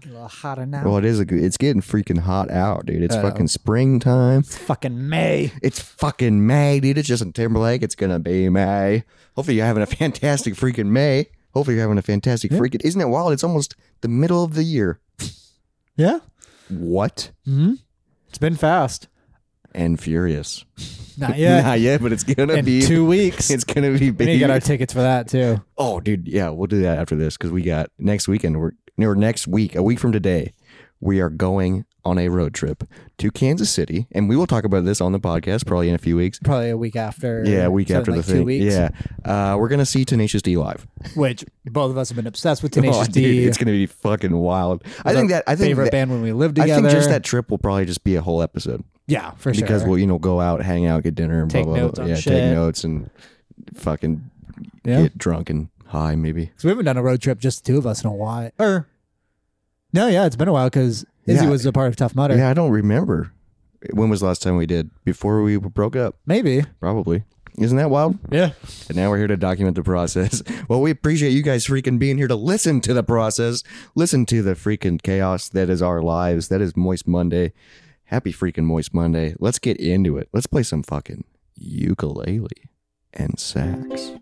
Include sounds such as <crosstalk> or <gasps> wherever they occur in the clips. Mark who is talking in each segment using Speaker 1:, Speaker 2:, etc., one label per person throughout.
Speaker 1: Get a little hotter now.
Speaker 2: Well, it is. A, g- it's getting freaking hot out, dude. It's
Speaker 1: I know.
Speaker 2: fucking springtime.
Speaker 1: it's fucking May.
Speaker 2: It's fucking May, dude. It's Justin Timberlake. It's gonna be May. Hopefully, you're having a <laughs> fantastic freaking May. Hopefully, you're having a fantastic freaking. Isn't it wild? It's almost the middle of the year.
Speaker 1: Yeah.
Speaker 2: What?
Speaker 1: hmm It's been fast.
Speaker 2: And furious.
Speaker 1: Not yet.
Speaker 2: <laughs> Not yet, but it's gonna
Speaker 1: In
Speaker 2: be.
Speaker 1: two weeks.
Speaker 2: <laughs> it's gonna be
Speaker 1: we
Speaker 2: big.
Speaker 1: need to get our tickets for that too.
Speaker 2: Oh, dude, yeah, we'll do that after this because we got next weekend. We're or next week, a week from today, we are going on a road trip to Kansas City, and we will talk about this on the podcast probably in a few weeks.
Speaker 1: Probably a week after.
Speaker 2: Yeah, a week
Speaker 1: so in
Speaker 2: after
Speaker 1: like
Speaker 2: the thing.
Speaker 1: Two weeks.
Speaker 2: Yeah, uh, we're gonna see Tenacious D live.
Speaker 1: Which both of us have been obsessed with
Speaker 2: <laughs> Oh,
Speaker 1: <laughs> Tenacious
Speaker 2: dude,
Speaker 1: D.
Speaker 2: it's gonna be fucking wild. I think that I think
Speaker 1: favorite
Speaker 2: that,
Speaker 1: band when we lived
Speaker 2: I
Speaker 1: together.
Speaker 2: think just that trip will probably just be a whole episode
Speaker 1: Yeah, for sure.
Speaker 2: because we'll you know go out, hang out, get dinner, and
Speaker 1: Take
Speaker 2: blah blah.
Speaker 1: notes
Speaker 2: blah.
Speaker 1: on
Speaker 2: yeah, take
Speaker 1: shit.
Speaker 2: notes and fucking
Speaker 1: Yeah.
Speaker 2: get drunk and high maybe.
Speaker 1: So we haven't done a road trip just the two of us in a while. Or no, yeah, it's been a while because Izzy
Speaker 2: Yeah.
Speaker 1: was a part of Tough Mudder.
Speaker 2: Yeah, I don't remember. When was the last time we did? Before we broke up,
Speaker 1: Maybe.
Speaker 2: probably. Isn't that wild?
Speaker 1: Yeah.
Speaker 2: And now we're here to document the process. <laughs> Well, we appreciate you guys freaking being here to listen to the process, listen to the freaking chaos that is our lives. That is Moist Monday. Happy freaking Moist Monday. Let's get into it. Let's play some fucking ukulele and sax.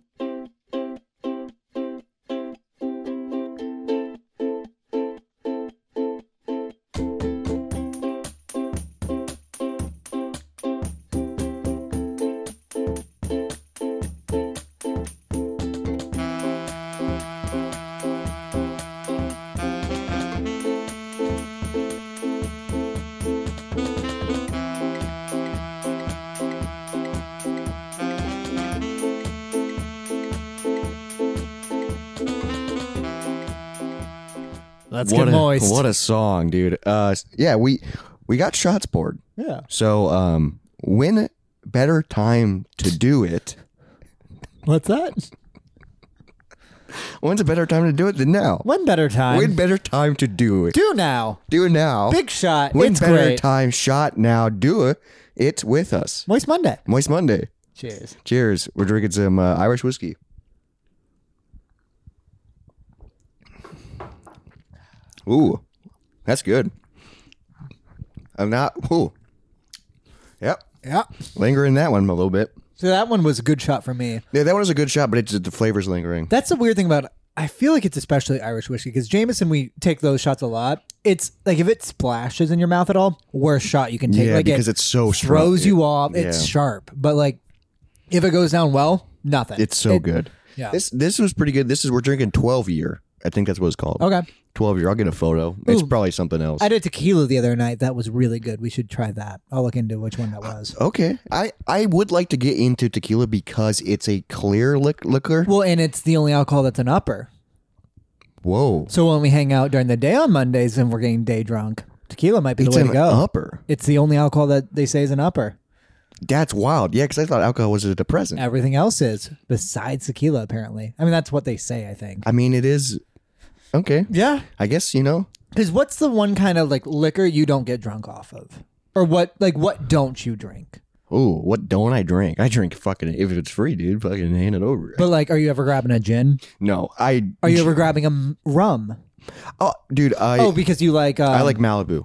Speaker 1: Let's
Speaker 2: what
Speaker 1: get
Speaker 2: a,
Speaker 1: moist.
Speaker 2: What a song, dude. Uh, yeah, we we got shots poured.
Speaker 1: yeah.
Speaker 2: So, um, when better time to do it?
Speaker 1: What's that?
Speaker 2: When's a better time to do it than now?
Speaker 1: When better time?
Speaker 2: When better time to do it?
Speaker 1: Do now.
Speaker 2: Do it now.
Speaker 1: Big shot.
Speaker 2: when
Speaker 1: it's
Speaker 2: better
Speaker 1: great.
Speaker 2: time shot now? Do it. It's with us.
Speaker 1: Moist Monday.
Speaker 2: Moist Monday.
Speaker 1: Cheers.
Speaker 2: Cheers. We're drinking some uh, Irish whiskey. Ooh, that's good. I'm not. Ooh. Yep.
Speaker 1: Yeah.
Speaker 2: Lingering that one a little bit.
Speaker 1: So that one was a good shot for me.
Speaker 2: Yeah, that one is a good shot, but it's the flavor's lingering.
Speaker 1: That's the weird thing about I feel like it's especially Irish whiskey because Jameson, we take those shots a lot. It's like if it splashes in your mouth at all, worst shot you can take.
Speaker 2: yeah,
Speaker 1: like
Speaker 2: because
Speaker 1: it
Speaker 2: it's so strong.
Speaker 1: throws
Speaker 2: It-
Speaker 1: you off. It's
Speaker 2: yeah.
Speaker 1: sharp, but like if it goes down well, nothing.
Speaker 2: It's so
Speaker 1: It-
Speaker 2: good.
Speaker 1: yeah.
Speaker 2: This this was pretty good. This is we're drinking twelve year. I think that's what it's called.
Speaker 1: Okay.
Speaker 2: Twelve year. I'll get a photo. It's
Speaker 1: Ooh.
Speaker 2: probably something else.
Speaker 1: I did tequila the other night. That was really good. We should try that. I'll look into which one that was.
Speaker 2: okay. I I would like to get into tequila because it's a clear lic- liquor.
Speaker 1: Well, and it's the only alcohol that's an upper.
Speaker 2: Whoa.
Speaker 1: So when we hang out during the day on Mondays and we're getting day drunk, tequila might be the
Speaker 2: It's
Speaker 1: way
Speaker 2: an
Speaker 1: to go.
Speaker 2: upper.
Speaker 1: It's the only alcohol that they say is an upper.
Speaker 2: That's wild. Yeah, because I thought alcohol was a depressant.
Speaker 1: Everything else is besides tequila. Apparently, I mean that's what they say. I think.
Speaker 2: I mean, it is. Okay.
Speaker 1: Yeah,
Speaker 2: I guess you know.
Speaker 1: because what's the one kind of like liquor you don't get drunk off of, or what like what don't you drink?
Speaker 2: Ooh, what don't I drink? I drink fucking if it's free, dude. Fucking hand it over.
Speaker 1: But like, are you ever grabbing a gin?
Speaker 2: no, I.
Speaker 1: Are you ever grabbing a m- rum?
Speaker 2: Oh, dude, I.
Speaker 1: oh, because you like. Um,
Speaker 2: I like Malibu.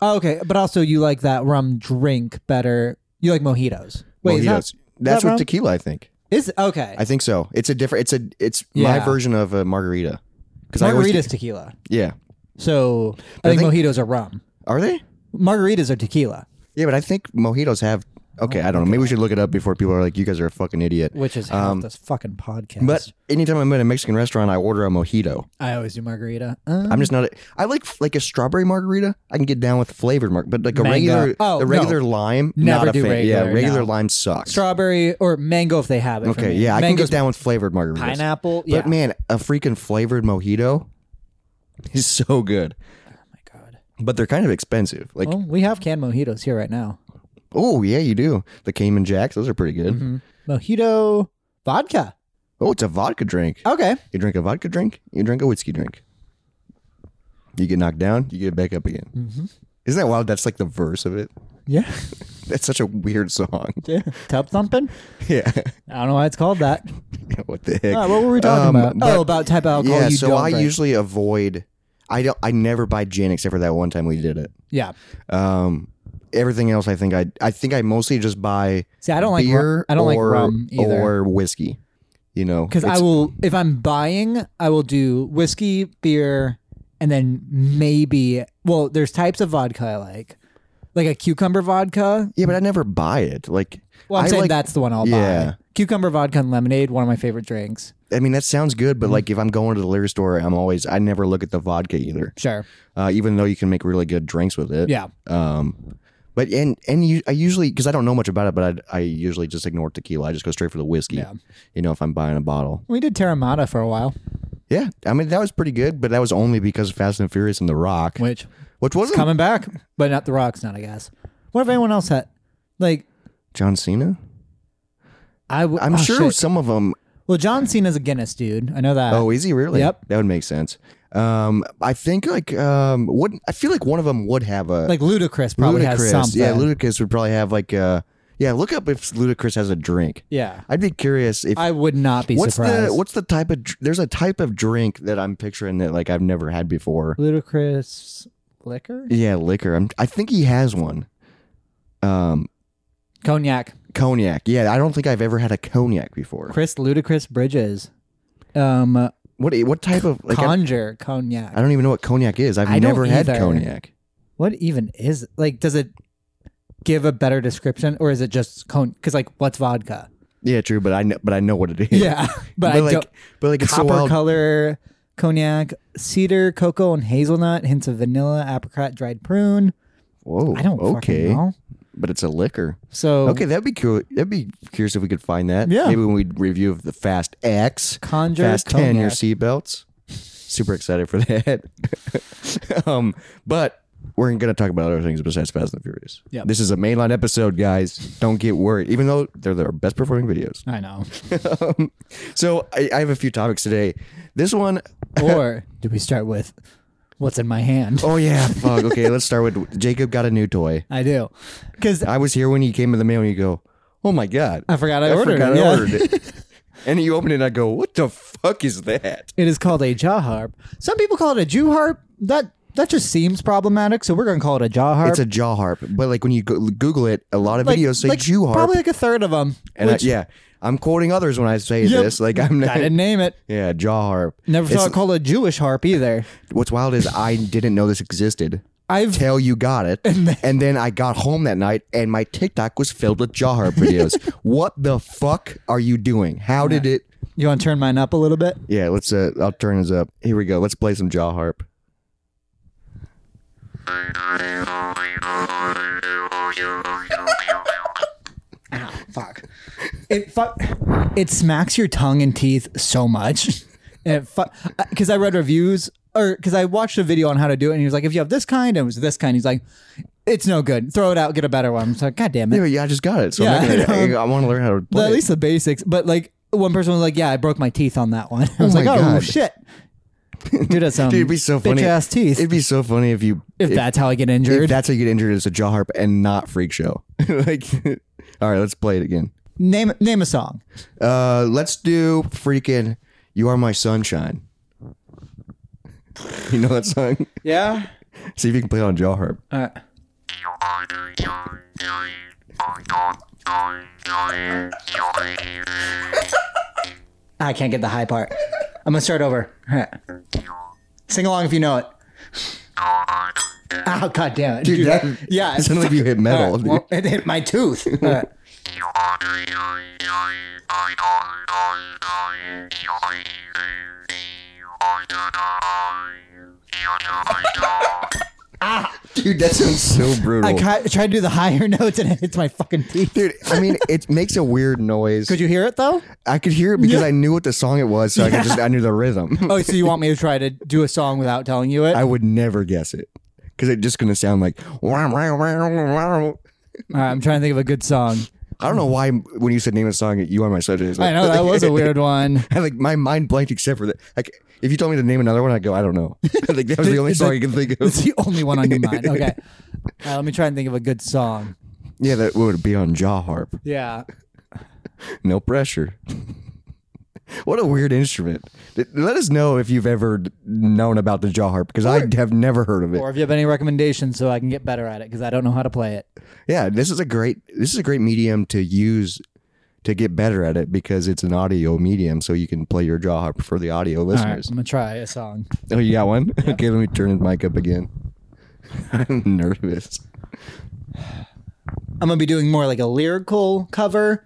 Speaker 1: Oh, okay, but also you like that rum drink better. You like mojitos. Wait,
Speaker 2: Mojitos.
Speaker 1: Is,
Speaker 2: That's
Speaker 1: that
Speaker 2: what
Speaker 1: wrong?
Speaker 2: tequila. I think.
Speaker 1: that, is okay.
Speaker 2: I think so. It's a different. It's a. It's my
Speaker 1: Yeah.
Speaker 2: version of a margarita. Because
Speaker 1: Margaritas tequila.
Speaker 2: Yeah.
Speaker 1: So I think,
Speaker 2: I
Speaker 1: mojitos are rum.
Speaker 2: Are they?
Speaker 1: Margaritas are tequila,
Speaker 2: Yeah, but I think mojitos have. Okay, I don't know. Maybe we should look it up before people are like, "You guys are a fucking idiot."
Speaker 1: which is half this fucking podcast.
Speaker 2: Um, But anytime I'm at a Mexican restaurant, I order a mojito.
Speaker 1: I always do margarita. Um,
Speaker 2: I'm just not. A, I like like a strawberry margarita. I can get down with flavored marg, but like a
Speaker 1: Mango.
Speaker 2: regular,
Speaker 1: Oh,
Speaker 2: a regular lime,
Speaker 1: Never
Speaker 2: not a
Speaker 1: do
Speaker 2: fan. yeah,
Speaker 1: regular,
Speaker 2: regular
Speaker 1: no.
Speaker 2: lime sucks.
Speaker 1: strawberry or mango if they have it. for
Speaker 2: okay,
Speaker 1: me.
Speaker 2: yeah, I can
Speaker 1: Mango's
Speaker 2: get down with flavored margaritas.
Speaker 1: pineapple.
Speaker 2: But
Speaker 1: yeah.
Speaker 2: man, a freaking flavored mojito is <laughs> so good.
Speaker 1: oh my god.
Speaker 2: But they're kind of expensive. Like,
Speaker 1: Well, we have canned mojitos here right now.
Speaker 2: oh yeah, you do. The Cayman Jacks, those are pretty good.
Speaker 1: Mm-hmm. Mojito vodka.
Speaker 2: Oh, it's a vodka drink.
Speaker 1: Okay.
Speaker 2: You drink a vodka drink, you drink a whiskey drink. You get knocked down, you get back up again.
Speaker 1: Mm-hmm.
Speaker 2: Isn't that wild? That's like the verse of it.
Speaker 1: Yeah.
Speaker 2: That's such a weird song. <laughs>
Speaker 1: Tub thumping.
Speaker 2: yeah. <laughs>
Speaker 1: I don't know why it's called that.
Speaker 2: what the heck?
Speaker 1: All right, what were we talking
Speaker 2: Um,
Speaker 1: about?
Speaker 2: but-
Speaker 1: oh, about type of alcohol
Speaker 2: yeah,
Speaker 1: you
Speaker 2: so
Speaker 1: don't
Speaker 2: I
Speaker 1: drink.
Speaker 2: usually avoid. I don't. I never buy gin except for that one time we did it.
Speaker 1: Yeah.
Speaker 2: Um, everything else, I think I. I think I mostly just buy
Speaker 1: See, I don't like
Speaker 2: beer.
Speaker 1: rum. I don't like
Speaker 2: or-
Speaker 1: rum either.
Speaker 2: or whiskey. You know,
Speaker 1: because I
Speaker 2: It's-
Speaker 1: will if I'm buying, I will do whiskey, beer, and then maybe well, there's types of vodka I like, like a cucumber vodka.
Speaker 2: Yeah, but I never buy it. Like,
Speaker 1: Well, I'm
Speaker 2: I
Speaker 1: saying
Speaker 2: like-
Speaker 1: that's the one I'll
Speaker 2: Yeah.
Speaker 1: buy. Cucumber vodka and lemonade, one of my favorite drinks.
Speaker 2: I mean, that sounds good,
Speaker 1: Mm-hmm.
Speaker 2: but like, if I'm going to the liquor store, I'm always. I never look at the vodka either,
Speaker 1: Sure,
Speaker 2: uh, even though you can make really good drinks with it.
Speaker 1: yeah,
Speaker 2: Um, but and and you, I usually because I don't know much about it, but I I usually just ignore tequila. I just go straight for the whiskey.
Speaker 1: Yeah.
Speaker 2: You know, if I'm buying a bottle.
Speaker 1: we did Terramata for a while,
Speaker 2: Yeah, I mean that was pretty good, but that was only because of Fast and Furious and The Rock,
Speaker 1: which
Speaker 2: which wasn't
Speaker 1: coming back, but not the Rocks, not I guess. What if anyone else had like?
Speaker 2: John Cena.
Speaker 1: I w-
Speaker 2: I'm
Speaker 1: oh,
Speaker 2: sure
Speaker 1: shit.
Speaker 2: some of them.
Speaker 1: Well, John Cena's a Guinness dude. I know that.
Speaker 2: Oh, is he really?
Speaker 1: Yep.
Speaker 2: That would make sense. Um, I think like um, would I feel like one of them would have a
Speaker 1: like Ludacris probably has
Speaker 2: Ludacris.
Speaker 1: something.
Speaker 2: Yeah, Ludacris would probably have like a yeah. Look up if Ludacris has a drink.
Speaker 1: yeah.
Speaker 2: I'd be curious if
Speaker 1: I would not be
Speaker 2: what's
Speaker 1: surprised.
Speaker 2: the what's the type of dr- there's a type of drink that I'm picturing that like I've never had before.
Speaker 1: Ludacris liquor?
Speaker 2: Yeah, liquor. I'm, I think he has one. Um,
Speaker 1: Cognac.
Speaker 2: cognac. Yeah, I don't think I've ever had a cognac before.
Speaker 1: Chris Ludacris Bridges. Um
Speaker 2: What what type of like I,
Speaker 1: Conjure Cognac.
Speaker 2: I don't even know what cognac is. I've
Speaker 1: I don't
Speaker 2: never had
Speaker 1: either.
Speaker 2: cognac.
Speaker 1: what even is it? like does it give a better description or is it just con cuz like what's vodka?
Speaker 2: Yeah, true, but I know, but I know what it is.
Speaker 1: Yeah. <laughs> But, I
Speaker 2: like
Speaker 1: don't
Speaker 2: but like it's so
Speaker 1: copper
Speaker 2: wild.
Speaker 1: color cognac, cedar, cocoa and hazelnut, hints of vanilla, apricot, dried prune.
Speaker 2: Whoa.
Speaker 1: I don't
Speaker 2: okay,
Speaker 1: fucking know.
Speaker 2: but it's a liquor.
Speaker 1: So
Speaker 2: Okay, that'd be cool. That'd be curious if we could find that.
Speaker 1: Yeah.
Speaker 2: Maybe when we review of the Fast X,
Speaker 1: Conjure
Speaker 2: Fast Ten, your
Speaker 1: cognac.
Speaker 2: seatbelts. Super excited for that. <laughs> um, but we're gonna talk about other things besides Fast and the Furious.
Speaker 1: Yep.
Speaker 2: This is a mainline episode, guys. Don't get worried, even though they're their best performing videos.
Speaker 1: I
Speaker 2: <laughs>
Speaker 1: know.
Speaker 2: um, so I, I have a few topics today. This one,
Speaker 1: or do we start with what's in my hand?
Speaker 2: oh yeah, fuck. Okay, <laughs> let's start with Jacob got a new toy.
Speaker 1: I do. Cuz
Speaker 2: I was here when he came in the mail, and you go, "Oh my god,
Speaker 1: I forgot I,
Speaker 2: I
Speaker 1: ordered.
Speaker 2: forgot
Speaker 1: it.
Speaker 2: I
Speaker 1: Yeah.
Speaker 2: ordered <laughs> it. and you open it and I go, what the fuck is that?
Speaker 1: It is called a jaw harp. Some people call it a Jew harp. That that just seems problematic, so we're gonna call it a jaw harp.
Speaker 2: It's a jaw harp. But like when you go- Google it, a lot of
Speaker 1: like,
Speaker 2: videos say
Speaker 1: like,
Speaker 2: Jew harp.
Speaker 1: Probably like a third of them.
Speaker 2: and I- yeah, I'm quoting others when I say this. Like I'm
Speaker 1: I
Speaker 2: not.
Speaker 1: didn't name it.
Speaker 2: Yeah, jaw harp.
Speaker 1: Never saw it called a Jewish harp either.
Speaker 2: What's wild is I didn't know this existed.
Speaker 1: I've
Speaker 2: Till you got it, and then, I got home that night, and my TikTok was filled with jaw harp <laughs> videos. what the fuck are you doing? How did it?
Speaker 1: you want to turn mine up a little bit?
Speaker 2: Yeah, let's. Uh, I'll turn this up. Here we go. Let's play some jaw harp.
Speaker 1: Fuck. It fuck. It smacks your tongue and teeth so much, and it fuck. Because I read reviews or because I watched a video on how to do it, and he was like, if you have this kind, and it was this kind, he's like, it's no good. Throw it out, get a better one. I'm just like, god damn it.
Speaker 2: Yeah, but yeah, I just got it, so
Speaker 1: Yeah,
Speaker 2: I'm not
Speaker 1: I
Speaker 2: gonna,
Speaker 1: know.
Speaker 2: I, want to learn how to play.
Speaker 1: Well,
Speaker 2: it.
Speaker 1: at least the basics. But like one person was like, "Yeah, I broke my teeth on that one." <laughs> I was
Speaker 2: my
Speaker 1: like, "Oh
Speaker 2: God.
Speaker 1: shit." Dude, that's some
Speaker 2: <laughs> Dude, it'd be so funny.
Speaker 1: bitch ass teeth.
Speaker 2: It'd be so funny if you
Speaker 1: if, that's how I get injured,
Speaker 2: if that's how you get injured as a jaw harp and not freak show. <laughs> like, all right, let's play it again.
Speaker 1: name name a song.
Speaker 2: Uh, let's do freaking "You Are My Sunshine." You know that song? <laughs>
Speaker 1: Yeah.
Speaker 2: See if you can play it on jaw harp.
Speaker 1: Uh, I can't get the high part. I'm gonna start over. <laughs> All right. Sing along if you know it. Oh god damn it, dude!
Speaker 2: that-
Speaker 1: <laughs> yeah,
Speaker 2: It sounded like you
Speaker 1: <laughs>
Speaker 2: hit metal.
Speaker 1: All right,
Speaker 2: dude.
Speaker 1: well, it hit my tooth. <laughs> All right.
Speaker 2: dude, that sounds so brutal.
Speaker 1: <laughs> I ca- tried to do the higher <laughs> notes and it hits my fucking teeth.
Speaker 2: Dude, I mean, it makes a weird noise.
Speaker 1: Could you hear it though?
Speaker 2: I could hear it because I knew what the song it was, so I could just I knew the rhythm.
Speaker 1: <laughs> Oh, so you want me to try to do a song without telling you it?
Speaker 2: I would never guess it because it's just gonna sound like. I
Speaker 1: All right, I'm trying to think of a good song.
Speaker 2: don't know why when you said name a song, you are my subject. it's
Speaker 1: I
Speaker 2: Like,
Speaker 1: know that was a weird <laughs> one.
Speaker 2: <laughs> I, like my mind blanked except for that. Like if you told me to name another one, I go I don't know. <laughs> like that was the only song I could think
Speaker 1: It's
Speaker 2: of.
Speaker 1: the only one on your mind. <laughs> Okay, uh, let me try and think of a good song.
Speaker 2: Yeah, that would be on jaw harp.
Speaker 1: Yeah,
Speaker 2: No pressure. <laughs> What a weird instrument. Let us know if you've ever known about the jaw harp because I have never heard of it.
Speaker 1: Or if you have any recommendations so I can get better at it because I don't know how to play it.
Speaker 2: yeah, this is a great this is a great medium to use to get better at it because it's an audio medium, so you can play your jaw harp for the audio
Speaker 1: All right,
Speaker 2: listeners.
Speaker 1: I'm gonna try a song.
Speaker 2: Oh, you got one? <laughs> Okay, let me turn the mic up again. <laughs> I'm nervous. <laughs>
Speaker 1: I'm gonna be doing more like a lyrical cover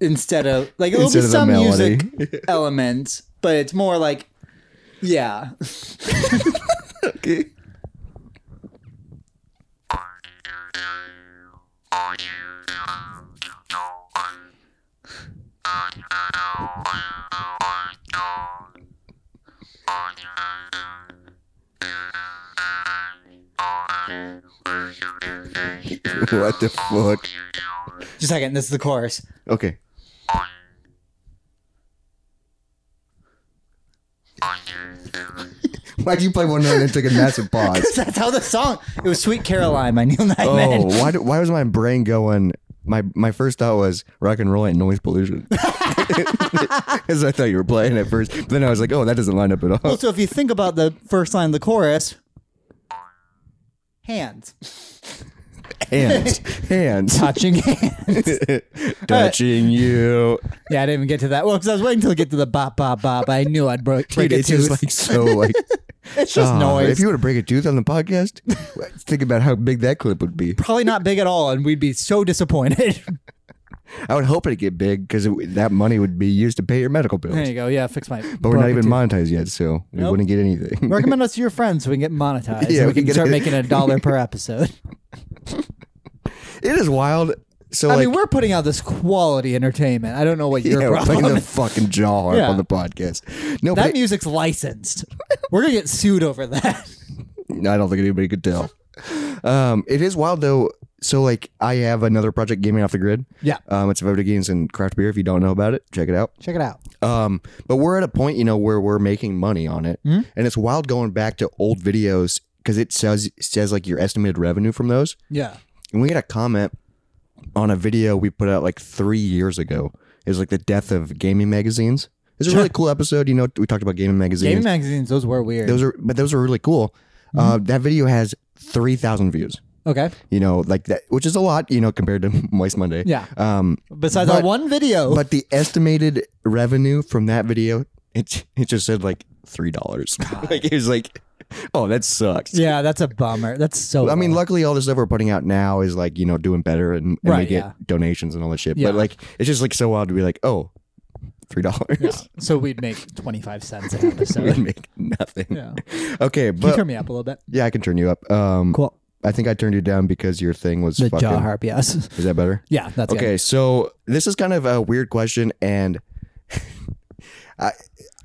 Speaker 1: instead of like it'll
Speaker 2: Instead
Speaker 1: be
Speaker 2: of a
Speaker 1: some
Speaker 2: melody. <laughs>
Speaker 1: music elements, but it's more like yeah. <laughs>
Speaker 2: Okay. What the fuck?
Speaker 1: Just a second, this is the chorus. <laughs>
Speaker 2: Okay. <laughs> Why'd you play one note and then take a massive pause?
Speaker 1: <laughs> That's how the song. It was "Sweet Caroline" by Neil Nightman.
Speaker 2: Oh, why, do, why was my brain going? My my first thought was rock and roll and
Speaker 1: <laughs>
Speaker 2: noise pollution. <laughs> Because I thought you were playing at first. But then I was like, oh, that doesn't line up
Speaker 1: <laughs>
Speaker 2: at all.
Speaker 1: Also, if you think about the first line of the chorus, hands
Speaker 2: Hands, hands,
Speaker 1: <laughs> touching hands.
Speaker 2: touching you.
Speaker 1: Yeah, I didn't even get to that. Well, because I was waiting till I get to the bop bop bop. I knew I'd break, break
Speaker 2: Dude,
Speaker 1: a
Speaker 2: it's just
Speaker 1: tooth.
Speaker 2: like so like
Speaker 1: <laughs> it's just
Speaker 2: oh,
Speaker 1: noise.
Speaker 2: If you were to break a tooth on the podcast, <laughs> think about how big that clip would be.
Speaker 1: Probably not big at all, and we'd be so disappointed.
Speaker 2: I would hope it'd get big because that money would be used to pay your
Speaker 1: <laughs>
Speaker 2: medical
Speaker 1: there
Speaker 2: bills.
Speaker 1: you go. Yeah, fix my.
Speaker 2: But we're not even monetized yet, so we
Speaker 1: Nope.
Speaker 2: wouldn't get anything.
Speaker 1: Recommend us to your friends so we can get monetized.
Speaker 2: Yeah,
Speaker 1: and
Speaker 2: we
Speaker 1: we
Speaker 2: can
Speaker 1: can
Speaker 2: get
Speaker 1: start
Speaker 2: it.
Speaker 1: making a dollar per
Speaker 2: <laughs>
Speaker 1: episode.
Speaker 2: <laughs> It is wild. So
Speaker 1: I
Speaker 2: like,
Speaker 1: mean, we're putting out this quality entertainment. I don't know what your
Speaker 2: yeah, we're playing
Speaker 1: problem
Speaker 2: the
Speaker 1: is.
Speaker 2: fucking jaw harp
Speaker 1: Yeah.
Speaker 2: on the podcast. No,
Speaker 1: That
Speaker 2: but it-
Speaker 1: music's licensed. We're gonna get sued over that.
Speaker 2: I don't think anybody could tell. Um, it is wild though. So like, I have another project, gaming off the grid.
Speaker 1: Yeah.
Speaker 2: um, it's about video games and craft beer. If you don't know about it, check it out.
Speaker 1: Check it out.
Speaker 2: Um, but we're at a point, you know, where we're making money on it,
Speaker 1: Hmm?
Speaker 2: and it's wild going back to old videos because it says says like your estimated revenue from those.
Speaker 1: Yeah.
Speaker 2: And we got a comment on a video we put out like three years ago. It was like the death of gaming magazines. It's a really cool episode. You know, we talked about gaming magazines.
Speaker 1: Gaming Mm-hmm. magazines, those were weird.
Speaker 2: those are, but those are really cool. Uh, that video has three thousand views.
Speaker 1: okay.
Speaker 2: You know, like that, which is a lot. You know, compared to <laughs> Moist Monday.
Speaker 1: Yeah. Oh.
Speaker 2: Um,
Speaker 1: Besides
Speaker 2: but-
Speaker 1: that one video.
Speaker 2: but the estimated revenue from that video, it it just said like three dollars. <laughs> like it was like, oh, that sucks.
Speaker 1: yeah, that's a bummer. That's so
Speaker 2: I mean,
Speaker 1: low.
Speaker 2: luckily, all the stuff we're putting out now is like you know doing better, and, and we
Speaker 1: Right,
Speaker 2: get
Speaker 1: yeah.
Speaker 2: donations and all this shit.
Speaker 1: Yeah.
Speaker 2: But like, it's just like so wild to be like, oh, three dollars.
Speaker 1: so we'd make twenty five cents an episode.
Speaker 2: <laughs> we make nothing.
Speaker 1: yeah.
Speaker 2: <laughs> Okay,
Speaker 1: Can you
Speaker 2: but
Speaker 1: turn me up a little bit?
Speaker 2: yeah, I can turn you up. Um,
Speaker 1: Cool.
Speaker 2: I think I turned you down because your thing was
Speaker 1: The
Speaker 2: fucking.
Speaker 1: jaw harp, yes.
Speaker 2: Is that better?
Speaker 1: Yeah, that's
Speaker 2: Okay, so this is kind of a weird question, and <laughs> I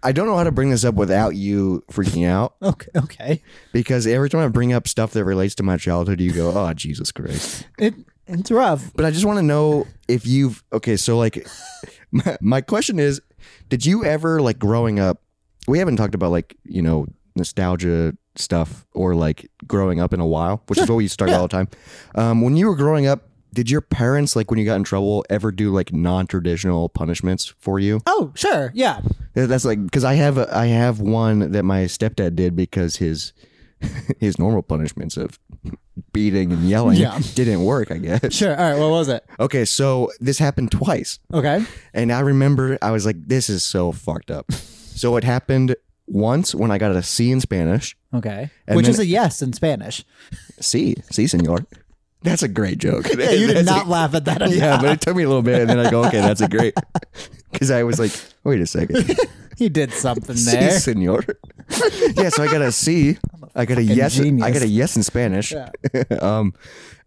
Speaker 2: I don't know how to bring this up without you freaking out
Speaker 1: good. Okay. Okay.
Speaker 2: because every time I bring up stuff that relates to my childhood, you go, "Oh Jesus Christ!"
Speaker 1: It it's rough.
Speaker 2: But I just want to know if you've okay. So like, <laughs> my, my question is, did you ever like growing up? We haven't talked about like you know nostalgia stuff or like growing up in a while, which is what we start all the time. Um, when you were growing up. Did your parents, like when you got in trouble, ever do like non traditional punishments for you?
Speaker 1: Oh, sure. Yeah.
Speaker 2: Yeah, That's like because I have a, I have one that my stepdad did because his <laughs> his normal punishments of beating and yelling
Speaker 1: Yeah.
Speaker 2: didn't work. I guess.
Speaker 1: Sure. All right. What was it?
Speaker 2: Okay, so this happened twice,
Speaker 1: Okay.
Speaker 2: and I remember I was like, "This is so fucked up." So it happened once when I got a C in Spanish.
Speaker 1: Okay.
Speaker 2: And
Speaker 1: Which
Speaker 2: then-
Speaker 1: is a yes in Spanish.
Speaker 2: C, C, senor. That's a great joke.
Speaker 1: <laughs> Yeah, you did
Speaker 2: That's
Speaker 1: not
Speaker 2: a-
Speaker 1: laugh at that.
Speaker 2: <laughs> yeah, but it took me a little bit, and then I go, "Okay, that's a great." <laughs> Because I was like, "Wait a
Speaker 1: <laughs>
Speaker 2: second.
Speaker 1: he did
Speaker 2: <laughs>
Speaker 1: something there.
Speaker 2: Sí, señor. yeah, so I got a C. I got a yes. I
Speaker 1: genius.
Speaker 2: got a yes in Spanish, <laughs> um,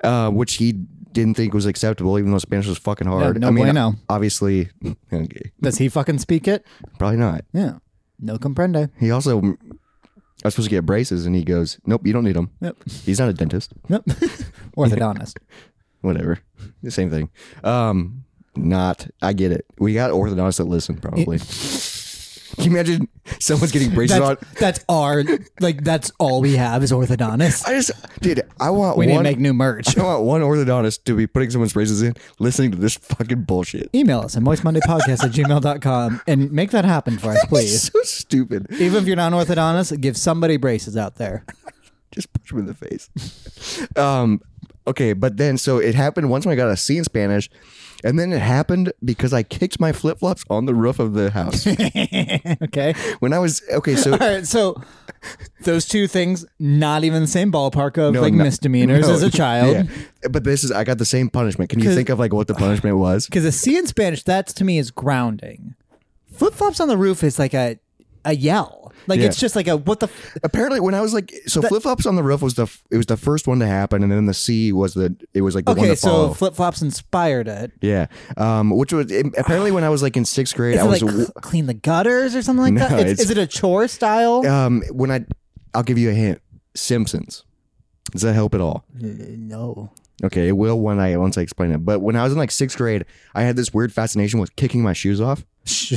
Speaker 2: uh, which he didn't think was acceptable, even though Spanish was fucking hard.
Speaker 1: no
Speaker 2: I mean,
Speaker 1: bueno.
Speaker 2: obviously, <laughs> okay,
Speaker 1: Does he fucking speak it?
Speaker 2: probably not.
Speaker 1: Yeah. No comprendo.
Speaker 2: He also, mm, I was supposed to get braces, and he goes, "Nope, you don't need them."
Speaker 1: Nope.
Speaker 2: He's not a dentist.
Speaker 1: Nope. <laughs>
Speaker 2: <laughs>
Speaker 1: Orthodontist.
Speaker 2: Whatever, <laughs> the same thing. Um, not. I get it. We got orthodontists that listen, probably. <laughs> Can you imagine someone's getting braces on?
Speaker 1: That's, that's our like that's all we have is orthodontists.
Speaker 2: I just, dude, I want
Speaker 1: We need to
Speaker 2: one.
Speaker 1: make new merch.
Speaker 2: <laughs> I want one orthodontist to be putting someone's braces in, listening to this fucking bullshit.
Speaker 1: Email us at moistmondaypodcast at gmail.com and make that happen for us,
Speaker 2: <laughs>
Speaker 1: please.
Speaker 2: So stupid.
Speaker 1: Even if you're not an orthodontist, give somebody braces out there. <laughs>
Speaker 2: just punch him in the face. <laughs> um, okay, but then so it happened once when I got a C in Spanish, and then it happened because I kicked my flip flops on the roof of the house <laughs>
Speaker 1: okay.
Speaker 2: when I was okay. <laughs>
Speaker 1: <laughs>
Speaker 2: So
Speaker 1: All right. So those two things, not even the same ballpark of
Speaker 2: no,
Speaker 1: like
Speaker 2: no-
Speaker 1: misdemeanors
Speaker 2: no, <laughs>
Speaker 1: as a child.
Speaker 2: yeah. but this is I got the same punishment. Can you think of like what the punishment was?
Speaker 1: Because a C in Spanish, that's to me is grounding. Flip flops on the roof is like a a yell. Like
Speaker 2: Yeah.
Speaker 1: it's just like a what the f-
Speaker 2: <laughs> Apparently, when I was like, so flip flops on the roof was the f- it was the first one to happen, and then the C was the it was like the one
Speaker 1: okay.
Speaker 2: to
Speaker 1: So
Speaker 2: follow.
Speaker 1: flip flops inspired it.
Speaker 2: yeah, um, which was it, apparently when I was like in sixth grade,
Speaker 1: Is
Speaker 2: I
Speaker 1: it
Speaker 2: was
Speaker 1: like cl- clean the gutters or something like
Speaker 2: No,
Speaker 1: that? It's-
Speaker 2: it's-
Speaker 1: is it a chore style?
Speaker 2: um, when I I'll give you a hint. Simpsons. Does that help at all?
Speaker 1: Uh, no. <laughs>
Speaker 2: Okay, it will when I once I explain it. But when I was in like sixth grade, I had this weird fascination with kicking my shoes off.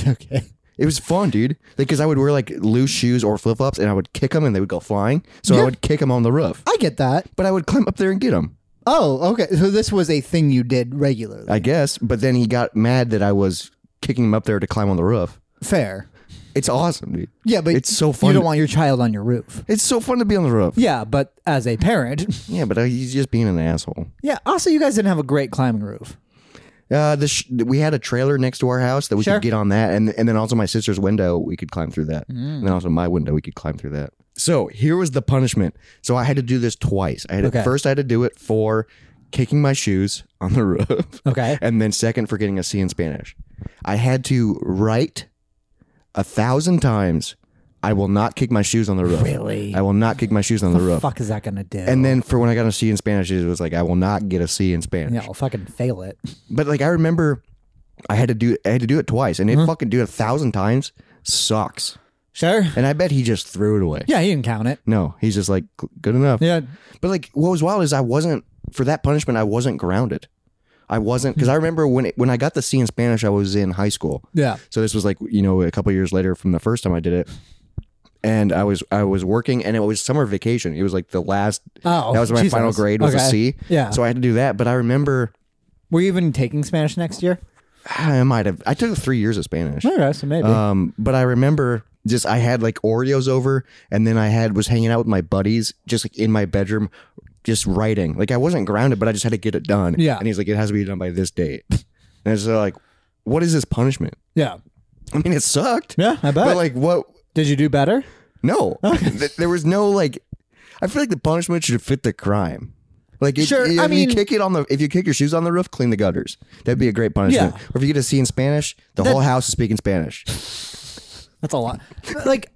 Speaker 1: okay.
Speaker 2: It was fun, dude, because I would wear like loose shoes or flip flops, and I would kick them, and they would go flying. So I
Speaker 1: Yeah.
Speaker 2: would kick them on the roof,
Speaker 1: I get that.
Speaker 2: but I would climb up there and get them,
Speaker 1: Oh, okay. So this was a thing you did regularly.
Speaker 2: I guess. But then he got mad that I was kicking him up there to climb on the roof.
Speaker 1: Fair.
Speaker 2: It's awesome, dude.
Speaker 1: Yeah, but
Speaker 2: It's so
Speaker 1: you
Speaker 2: fun.
Speaker 1: don't want your child on your roof.
Speaker 2: it's so fun to be on the roof.
Speaker 1: Yeah, but as a parent,
Speaker 2: Yeah, but uh, he's just being an asshole.
Speaker 1: yeah. Also, you guys didn't have a great climbing roof.
Speaker 2: Uh, the sh- we had a trailer next to our house that we
Speaker 1: Sure.
Speaker 2: could get on that, and and then also my sister's window we could climb through that,
Speaker 1: Mm.
Speaker 2: and then also my window we could climb through that. So here was the punishment. So I had to do this twice. I had
Speaker 1: Okay.
Speaker 2: to, first I had to do it for kicking my shoes on the <laughs> roof,
Speaker 1: Okay.
Speaker 2: and then second for getting a C in Spanish. I had to write a thousand times. I will not kick my shoes on the roof.
Speaker 1: Really?
Speaker 2: I will not kick my shoes on the roof.
Speaker 1: Fuck is that gonna do?
Speaker 2: And then for when I got a C in Spanish, it was like I will not get a C in Spanish
Speaker 1: yeah, I'll fucking fail it.
Speaker 2: but like I remember I had to do I had to do it twice and
Speaker 1: Mm-hmm.
Speaker 2: it fucking do it a thousand times sucks.
Speaker 1: Sure.
Speaker 2: And I bet he just threw it away.
Speaker 1: Yeah, he didn't count it.
Speaker 2: No, he's just like good enough.
Speaker 1: Yeah.
Speaker 2: But like what was wild is I wasn't for that punishment I wasn't grounded. I wasn't because I remember when it, when I got the C in Spanish I was in high school.
Speaker 1: Mm-hmm. Yeah.
Speaker 2: So this was like you know a couple years later from the first time I did it. And I was I was working and it was summer vacation. It was like the last
Speaker 1: Oh,
Speaker 2: that was my
Speaker 1: Jesus.
Speaker 2: final grade was a
Speaker 1: Okay.
Speaker 2: C.
Speaker 1: Yeah.
Speaker 2: So I had to do that, but I remember <sighs>
Speaker 1: Were you even taking Spanish next year?
Speaker 2: I might have I took 3 years of Spanish.
Speaker 1: Okay, so maybe.
Speaker 2: Um, but I remember just I had like Oreos over, and then I had was hanging out with my buddies just like in my bedroom, just writing. Like I wasn't grounded, but I just had to get it done.
Speaker 1: Yeah.
Speaker 2: And he's like, it has to be done by this date. and so like, what is this punishment?
Speaker 1: yeah.
Speaker 2: I mean, it sucked.
Speaker 1: Yeah, I bet.
Speaker 2: But like, what?
Speaker 1: Did you do better? <laughs>
Speaker 2: No, Th- there was no like. I feel like the punishment should fit the crime. Like it,
Speaker 1: Sure,
Speaker 2: if
Speaker 1: I mean-
Speaker 2: you kick it on the if you kick your shoes on the roof, clean the gutters. That'd be a great punishment.
Speaker 1: Yeah.
Speaker 2: Or if you get a C in Spanish, the whole house is speaking Spanish.
Speaker 1: That's a lot. like,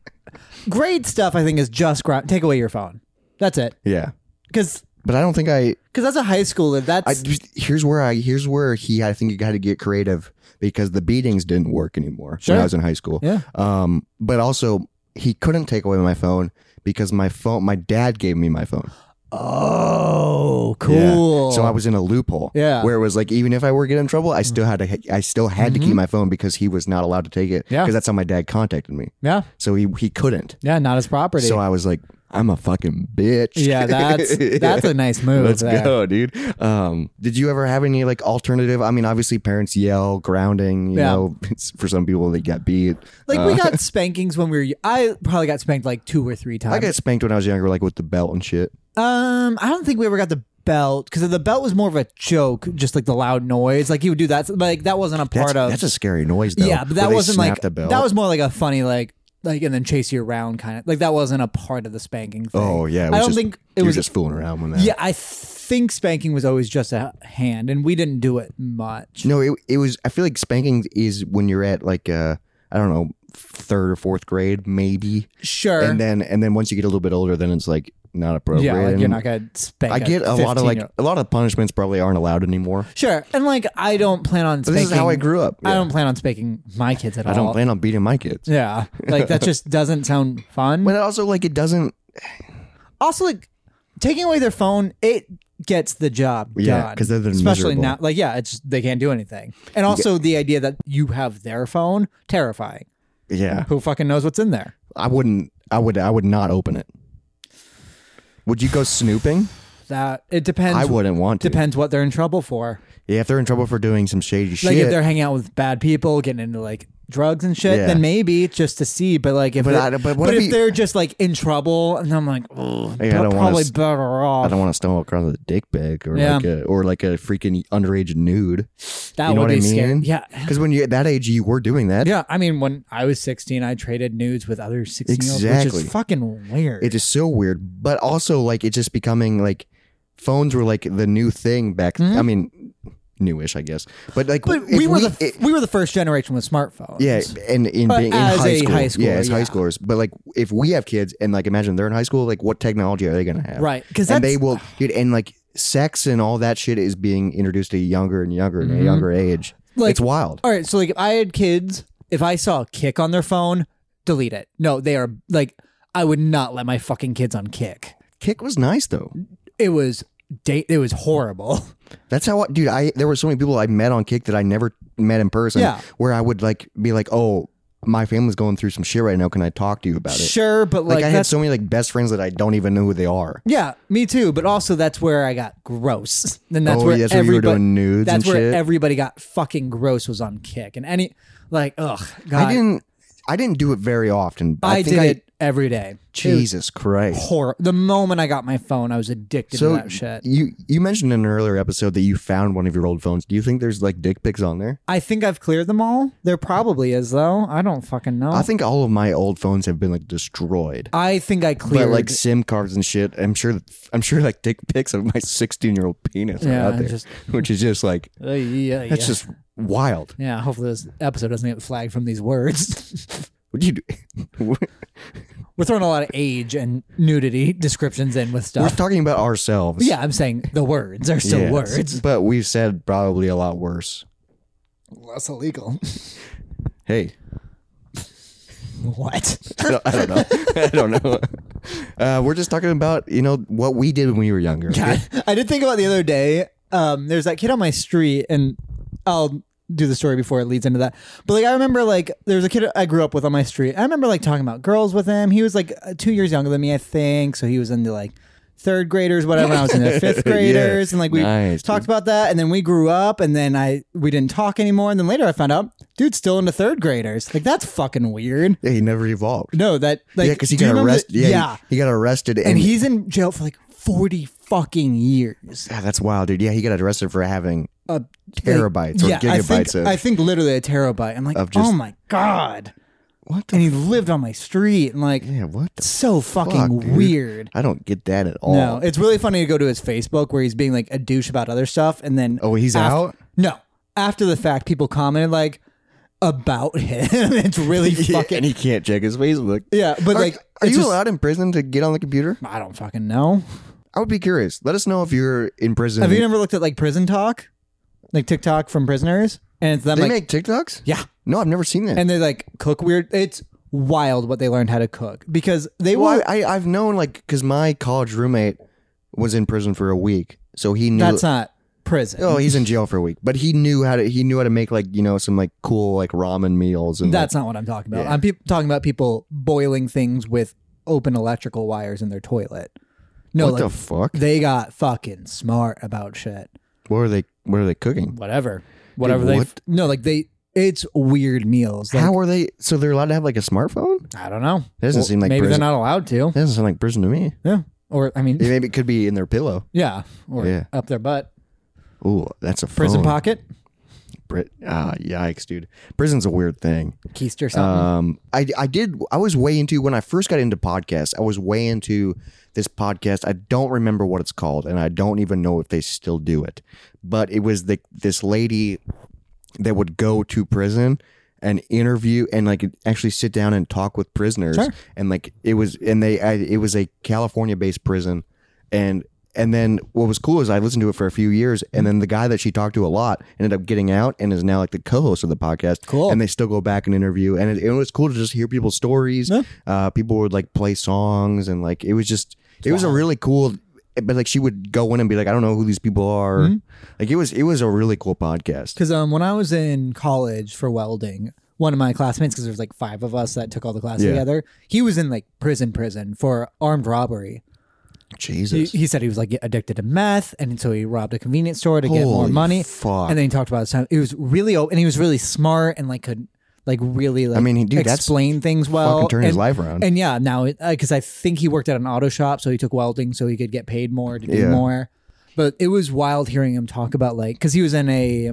Speaker 1: grade stuff, I think, is just ground. Take away your phone. That's it.
Speaker 2: Yeah,
Speaker 1: Because
Speaker 2: but I don't think I
Speaker 1: because as a high schooler, that's
Speaker 2: I just- here's where I here's where he I think he had to get creative because the beatings didn't work anymore
Speaker 1: Sure.
Speaker 2: when I was in high school.
Speaker 1: Yeah.
Speaker 2: Um, but also he couldn't take away my phone because my phone my dad gave me my phone.
Speaker 1: oh
Speaker 2: Yeah.
Speaker 1: cool.
Speaker 2: So I was in a loophole.
Speaker 1: Yeah. Mm.
Speaker 2: Where it was like even if I were getting in trouble, I still had to I still had to keep my phone because he was not allowed to take it.
Speaker 1: Mm-hmm. Yeah.
Speaker 2: Because that's how my dad contacted me.
Speaker 1: yeah,
Speaker 2: So he he couldn't.
Speaker 1: yeah, not his property.
Speaker 2: So I was like, I'm a fucking bitch.
Speaker 1: yeah,
Speaker 2: <laughs>
Speaker 1: that's that's a nice move.
Speaker 2: Let's
Speaker 1: there.
Speaker 2: go, dude. Um, did you ever have any like alternative? I mean, obviously parents yell, grounding, you
Speaker 1: Yeah.
Speaker 2: know, <laughs> it's, for some people they get beat.
Speaker 1: Like
Speaker 2: Uh,
Speaker 1: we got spankings when we were. I probably got spanked like two or three times.
Speaker 2: I got spanked when I was younger, like with the belt and shit.
Speaker 1: Um, I don't think we ever got the belt because the belt was more of a joke, just like the loud noise. Like he would do that, but like that wasn't a
Speaker 2: That's,
Speaker 1: part of.
Speaker 2: that's a scary noise though.
Speaker 1: yeah, but
Speaker 2: where
Speaker 1: that
Speaker 2: they
Speaker 1: wasn't
Speaker 2: snap
Speaker 1: like
Speaker 2: the belt.
Speaker 1: that was more like a funny like like and then chase you around kind of like that wasn't a part of the spanking thing.
Speaker 2: Oh yeah, it
Speaker 1: I
Speaker 2: was
Speaker 1: don't
Speaker 2: just-
Speaker 1: think it
Speaker 2: you were
Speaker 1: was.
Speaker 2: just fooling around when that.
Speaker 1: yeah, I think spanking was always just a hand, and we didn't do it much.
Speaker 2: No, it it was. I feel like spanking is when you're at like uh, I don't know, third or fourth grade maybe,
Speaker 1: Sure.
Speaker 2: and then and then once you get a little bit older, then it's like not appropriate.
Speaker 1: yeah, like you're
Speaker 2: And
Speaker 1: not gonna spank.
Speaker 2: I get a lot of like
Speaker 1: 15-year-old.
Speaker 2: a lot of punishments probably aren't allowed anymore.
Speaker 1: sure, and like I don't plan on.
Speaker 2: But
Speaker 1: Spanking,
Speaker 2: this is how I grew up.
Speaker 1: I
Speaker 2: Yeah.
Speaker 1: don't plan on spanking my kids at
Speaker 2: I
Speaker 1: all.
Speaker 2: don't plan on beating my kids.
Speaker 1: Yeah, like that
Speaker 2: <laughs>
Speaker 1: just doesn't sound fun.
Speaker 2: But also, like, it doesn't.
Speaker 1: also like taking away their phone it gets the job
Speaker 2: Yeah,
Speaker 1: done
Speaker 2: 'cause they're the
Speaker 1: especially
Speaker 2: miserable.
Speaker 1: now like yeah it's they can't do anything and also the idea that you have their phone terrifying
Speaker 2: Yeah.
Speaker 1: Who fucking knows what's in there?
Speaker 2: I wouldn't. I would. I would not open it. Would you go snooping?
Speaker 1: That it depends.
Speaker 2: I wouldn't want to.
Speaker 1: Depends what they're in trouble for.
Speaker 2: Yeah, if they're in trouble for doing some shady
Speaker 1: Like if
Speaker 2: shit.
Speaker 1: they're hanging out with bad people, getting into like drugs and shit,
Speaker 2: Yeah.
Speaker 1: then maybe just to see. But like if
Speaker 2: But
Speaker 1: it-
Speaker 2: I- but what if
Speaker 1: if,
Speaker 2: you-
Speaker 1: they're just like in trouble, and I'm like, oh,
Speaker 2: Hey, I don't wanna
Speaker 1: probably
Speaker 2: s-
Speaker 1: better off.
Speaker 2: I don't want to stumble across a dick pic or
Speaker 1: Yeah.
Speaker 2: like a or like a freaking underage nude.
Speaker 1: that
Speaker 2: you know
Speaker 1: would
Speaker 2: what I
Speaker 1: be scary.
Speaker 2: mean?
Speaker 1: Yeah,
Speaker 2: Because when you're at that age, you were doing that.
Speaker 1: yeah. I mean, when I was 16, I traded nudes with other 16 year olds,
Speaker 2: Exactly.
Speaker 1: which is fucking weird.
Speaker 2: It is so weird, but also like it's just becoming like phones were like the new thing back. I mean, newish, I guess. But like
Speaker 1: Hmm? but
Speaker 2: if
Speaker 1: we were the
Speaker 2: it-
Speaker 1: we were the first generation with smartphones.
Speaker 2: yeah, and in
Speaker 1: Uh,
Speaker 2: being in
Speaker 1: as
Speaker 2: high
Speaker 1: a
Speaker 2: school,
Speaker 1: high schooler,
Speaker 2: yeah, as high
Speaker 1: yeah.
Speaker 2: schoolers. But like, if we have kids and like imagine they're in high school, like what technology are they gonna have?
Speaker 1: right. Because
Speaker 2: and they will dude and like sex and all that shit is being introduced at a younger and younger and a younger age
Speaker 1: Mm-hmm. Like-
Speaker 2: it's wild
Speaker 1: All right, so like if I had kids, if I saw a kick on their phone, delete it. No, they are like I would not let my fucking kids on kick.
Speaker 2: kick was nice though
Speaker 1: It was date it was horrible.
Speaker 2: that's how I, dude i there were so many people i met on kick that i never met in person
Speaker 1: Yeah.
Speaker 2: where i would like be like oh my family's going through some shit right now can i talk to you about it
Speaker 1: Sure, but
Speaker 2: like,
Speaker 1: like,
Speaker 2: i had
Speaker 1: that's
Speaker 2: so many like best friends that i don't even know who they are
Speaker 1: yeah, me too. But also that's where I got gross. Then that's
Speaker 2: Oh,
Speaker 1: where
Speaker 2: that's where you were
Speaker 1: everybody
Speaker 2: doing nudes
Speaker 1: that's
Speaker 2: and
Speaker 1: where
Speaker 2: shit?
Speaker 1: everybody got fucking gross was on kick. And any like ugh God,
Speaker 2: i didn't i didn't do it very often but
Speaker 1: I,
Speaker 2: think
Speaker 1: did
Speaker 2: I,
Speaker 1: it every day.
Speaker 2: jesus christ
Speaker 1: Horror. The moment I got my phone, I was addicted
Speaker 2: so
Speaker 1: to that shit.
Speaker 2: you you mentioned in an earlier episode that you found one of your old phones do you think there's like dick pics on there
Speaker 1: I think I've cleared them all. There probably is though. I don't fucking know.
Speaker 2: I think all of my old phones have been like destroyed.
Speaker 1: I think I
Speaker 2: But
Speaker 1: cleared.
Speaker 2: like SIM cards and shit, I'm sure. I'm sure like dick pics of my 16 year old penis
Speaker 1: Yeah,
Speaker 2: are out there,
Speaker 1: just-
Speaker 2: which is just like
Speaker 1: Uh, yeah, yeah.
Speaker 2: that's just wild.
Speaker 1: yeah. Hopefully this episode doesn't get flagged from these words. <laughs>
Speaker 2: What do <laughs> you do? We're
Speaker 1: We're throwing a lot of age and nudity descriptions in with
Speaker 2: we're
Speaker 1: stuff.
Speaker 2: talking about ourselves.
Speaker 1: Uh, yeah, I'm saying the words are still
Speaker 2: Yes.
Speaker 1: words. <laughs>
Speaker 2: But we've said probably a lot worse.
Speaker 1: Less illegal. <laughs>
Speaker 2: Hey,
Speaker 1: what?
Speaker 2: <laughs> I don't, I don't know. I don't know. Uh, we're just talking about you know what we did when we were younger. okay?
Speaker 1: God, <laughs> I did think about the other day. Um, there's that kid on my street, and I'll do the story before it leads into that. But like, I remember like there was a kid I grew up with on my street. I remember like talking about girls with him. He was like uh, two years younger than me, I think. So he was into like third graders, whatever. and I was
Speaker 2: <laughs>
Speaker 1: into fifth graders, and like we
Speaker 2: Nice,
Speaker 1: talked about that. And then we grew up, and then I we didn't talk anymore. And then later I found out, dude's still into third graders. Like that's fucking weird.
Speaker 2: Yeah, he never evolved.
Speaker 1: No, that like
Speaker 2: yeah, because he
Speaker 1: do you
Speaker 2: got
Speaker 1: remember
Speaker 2: arrested.
Speaker 1: the-
Speaker 2: yeah, he-
Speaker 1: yeah.
Speaker 2: He, got arrested, and,
Speaker 1: and he's in jail for like forty fucking years.
Speaker 2: God, that's wild, dude. Yeah, he got arrested for having
Speaker 1: a
Speaker 2: Terabytes or
Speaker 1: I think,
Speaker 2: gigabytes of-
Speaker 1: I think literally a terabyte. I'm like,
Speaker 2: of just-
Speaker 1: oh my god!
Speaker 2: what the
Speaker 1: And he lived on my street, and like,
Speaker 2: Yeah, what? The
Speaker 1: it's so fucking
Speaker 2: fuck, dude? Oh.
Speaker 1: weird.
Speaker 2: I don't get that at all.
Speaker 1: No, it's really funny to go to his Facebook where he's being like a douche about other stuff, and then
Speaker 2: Oh, he's
Speaker 1: af-
Speaker 2: out?
Speaker 1: No, after the fact, people commented like about him. <laughs> it's really
Speaker 2: <laughs> Yeah,
Speaker 1: fucking
Speaker 2: and he can't check his Facebook.
Speaker 1: yeah, but
Speaker 2: Are,
Speaker 1: like,
Speaker 2: are
Speaker 1: it's
Speaker 2: you
Speaker 1: just-
Speaker 2: allowed in prison to get on the computer?
Speaker 1: I don't fucking know.
Speaker 2: I would be curious. Let us know if you're in prison.
Speaker 1: Have you never looked at like prison talk, like TikTok from prisoners, and it's them
Speaker 2: they
Speaker 1: like,
Speaker 2: make TikToks?
Speaker 1: yeah.
Speaker 2: No, I've never seen that.
Speaker 1: and they like cook weird. It's wild what they learned how to cook because they
Speaker 2: well,
Speaker 1: will.
Speaker 2: I, I, I've known like because my college roommate was in prison for a week, so he knew.
Speaker 1: That's not prison.
Speaker 2: <laughs> oh, he's in jail for a week, but he knew how to. He knew how to make like you know some like cool like ramen meals and
Speaker 1: That's not what I'm talking about.
Speaker 2: Yeah.
Speaker 1: I'm peop talking about people boiling things with open electrical wires in their toilet. No,
Speaker 2: like, what
Speaker 1: like
Speaker 2: the fuck?
Speaker 1: they got fucking smart about shit.
Speaker 2: What are they? What are they cooking?
Speaker 1: Whatever, whatever they.
Speaker 2: what?
Speaker 1: No, like they. It's weird meals. Like,
Speaker 2: how are they? So they're allowed to have like a smartphone?
Speaker 1: I don't know.
Speaker 2: Doesn't seem like
Speaker 1: maybe
Speaker 2: prison.
Speaker 1: they're not allowed to.
Speaker 2: That doesn't sound like prison to me.
Speaker 1: Yeah, or I mean,
Speaker 2: Yeah, maybe it could be in their pillow.
Speaker 1: yeah, or
Speaker 2: Yeah. Oh.
Speaker 1: up their butt,
Speaker 2: Ooh, that's a
Speaker 1: prison
Speaker 2: phone.
Speaker 1: pocket,
Speaker 2: Brit- ah, yikes, dude. Prison's a weird thing.
Speaker 1: keister something.
Speaker 2: Um, I I did I was way into when I first got into podcasts. I was way into this podcast. I don't remember what it's called, and I don't even know if they still do it. But it was the this lady that would go to prison and interview and like actually sit down and talk with prisoners
Speaker 1: Sure.
Speaker 2: and like it was and they I, it was a California based prison and and then what was cool is I listened to it for a few years and then the guy that she talked to a lot ended up getting out and is now like the co-host of the podcast
Speaker 1: Cool.
Speaker 2: and they still go back and interview and it, it was cool to just hear people's stories
Speaker 1: Yeah.
Speaker 2: uh, people would like play songs and like it was just it was a really cool but like she would go in and be like I don't know who these people are
Speaker 1: Mm-hmm.
Speaker 2: like it was it was a really cool podcast
Speaker 1: Because um, when I was in college for welding, one of my classmates because there's like five of us that took all the class
Speaker 2: Yeah.
Speaker 1: together. He was in like prison, prison for armed robbery. He,
Speaker 2: Jesus.
Speaker 1: he said he was like addicted to meth, and so he robbed a convenience store to get more
Speaker 2: Holy
Speaker 1: money.
Speaker 2: fuck.
Speaker 1: And then he talked about his time. It was really, o- and he was really smart and like could like really like
Speaker 2: I mean, he- dude, that's
Speaker 1: explain things well.
Speaker 2: fucking turn his
Speaker 1: And-
Speaker 2: life around.
Speaker 1: And yeah, now because I think he worked at an auto shop, so he took welding so he could get paid more to do
Speaker 2: Yeah.
Speaker 1: more. But it was wild hearing him talk about like because he was in a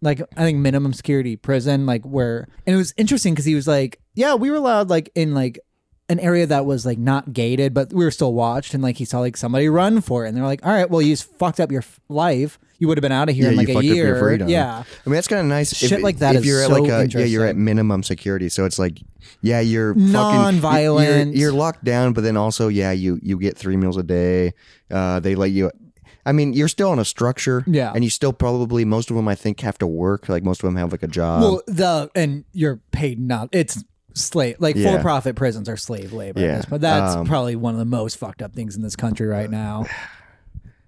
Speaker 1: like I think minimum security prison, like where and it was interesting because he was like, yeah, we were allowed like in like an area that was like not gated, but we were still watched, and like he saw like somebody run for it, and they're like, all right, well, you just fucked up your f- life. You would have been out of here
Speaker 2: Yeah,
Speaker 1: in
Speaker 2: you
Speaker 1: like
Speaker 2: fucked
Speaker 1: a
Speaker 2: up your
Speaker 1: year.
Speaker 2: freedom.
Speaker 1: Yeah,
Speaker 2: I mean, that's kind of nice.
Speaker 1: Shit
Speaker 2: if,
Speaker 1: like that
Speaker 2: If
Speaker 1: is
Speaker 2: you're
Speaker 1: so
Speaker 2: at like a, yeah, you're at
Speaker 1: interesting.
Speaker 2: minimum security, so it's like, yeah, you're Fucking, you're-
Speaker 1: Non-violent.
Speaker 2: you're, you're locked down, but then also, yeah, you you get three meals a day. Uh, they let you. I mean, you're still on a structure,
Speaker 1: Yeah.
Speaker 2: and you still probably most of them, I think, have to work. Like most of them have like a job.
Speaker 1: well, the and you're paid not. It's slave like
Speaker 2: Yeah.
Speaker 1: for profit prisons are slave labor.
Speaker 2: Yeah.
Speaker 1: Yeah. but that's
Speaker 2: Um,
Speaker 1: probably one of the most fucked up things in this country right now.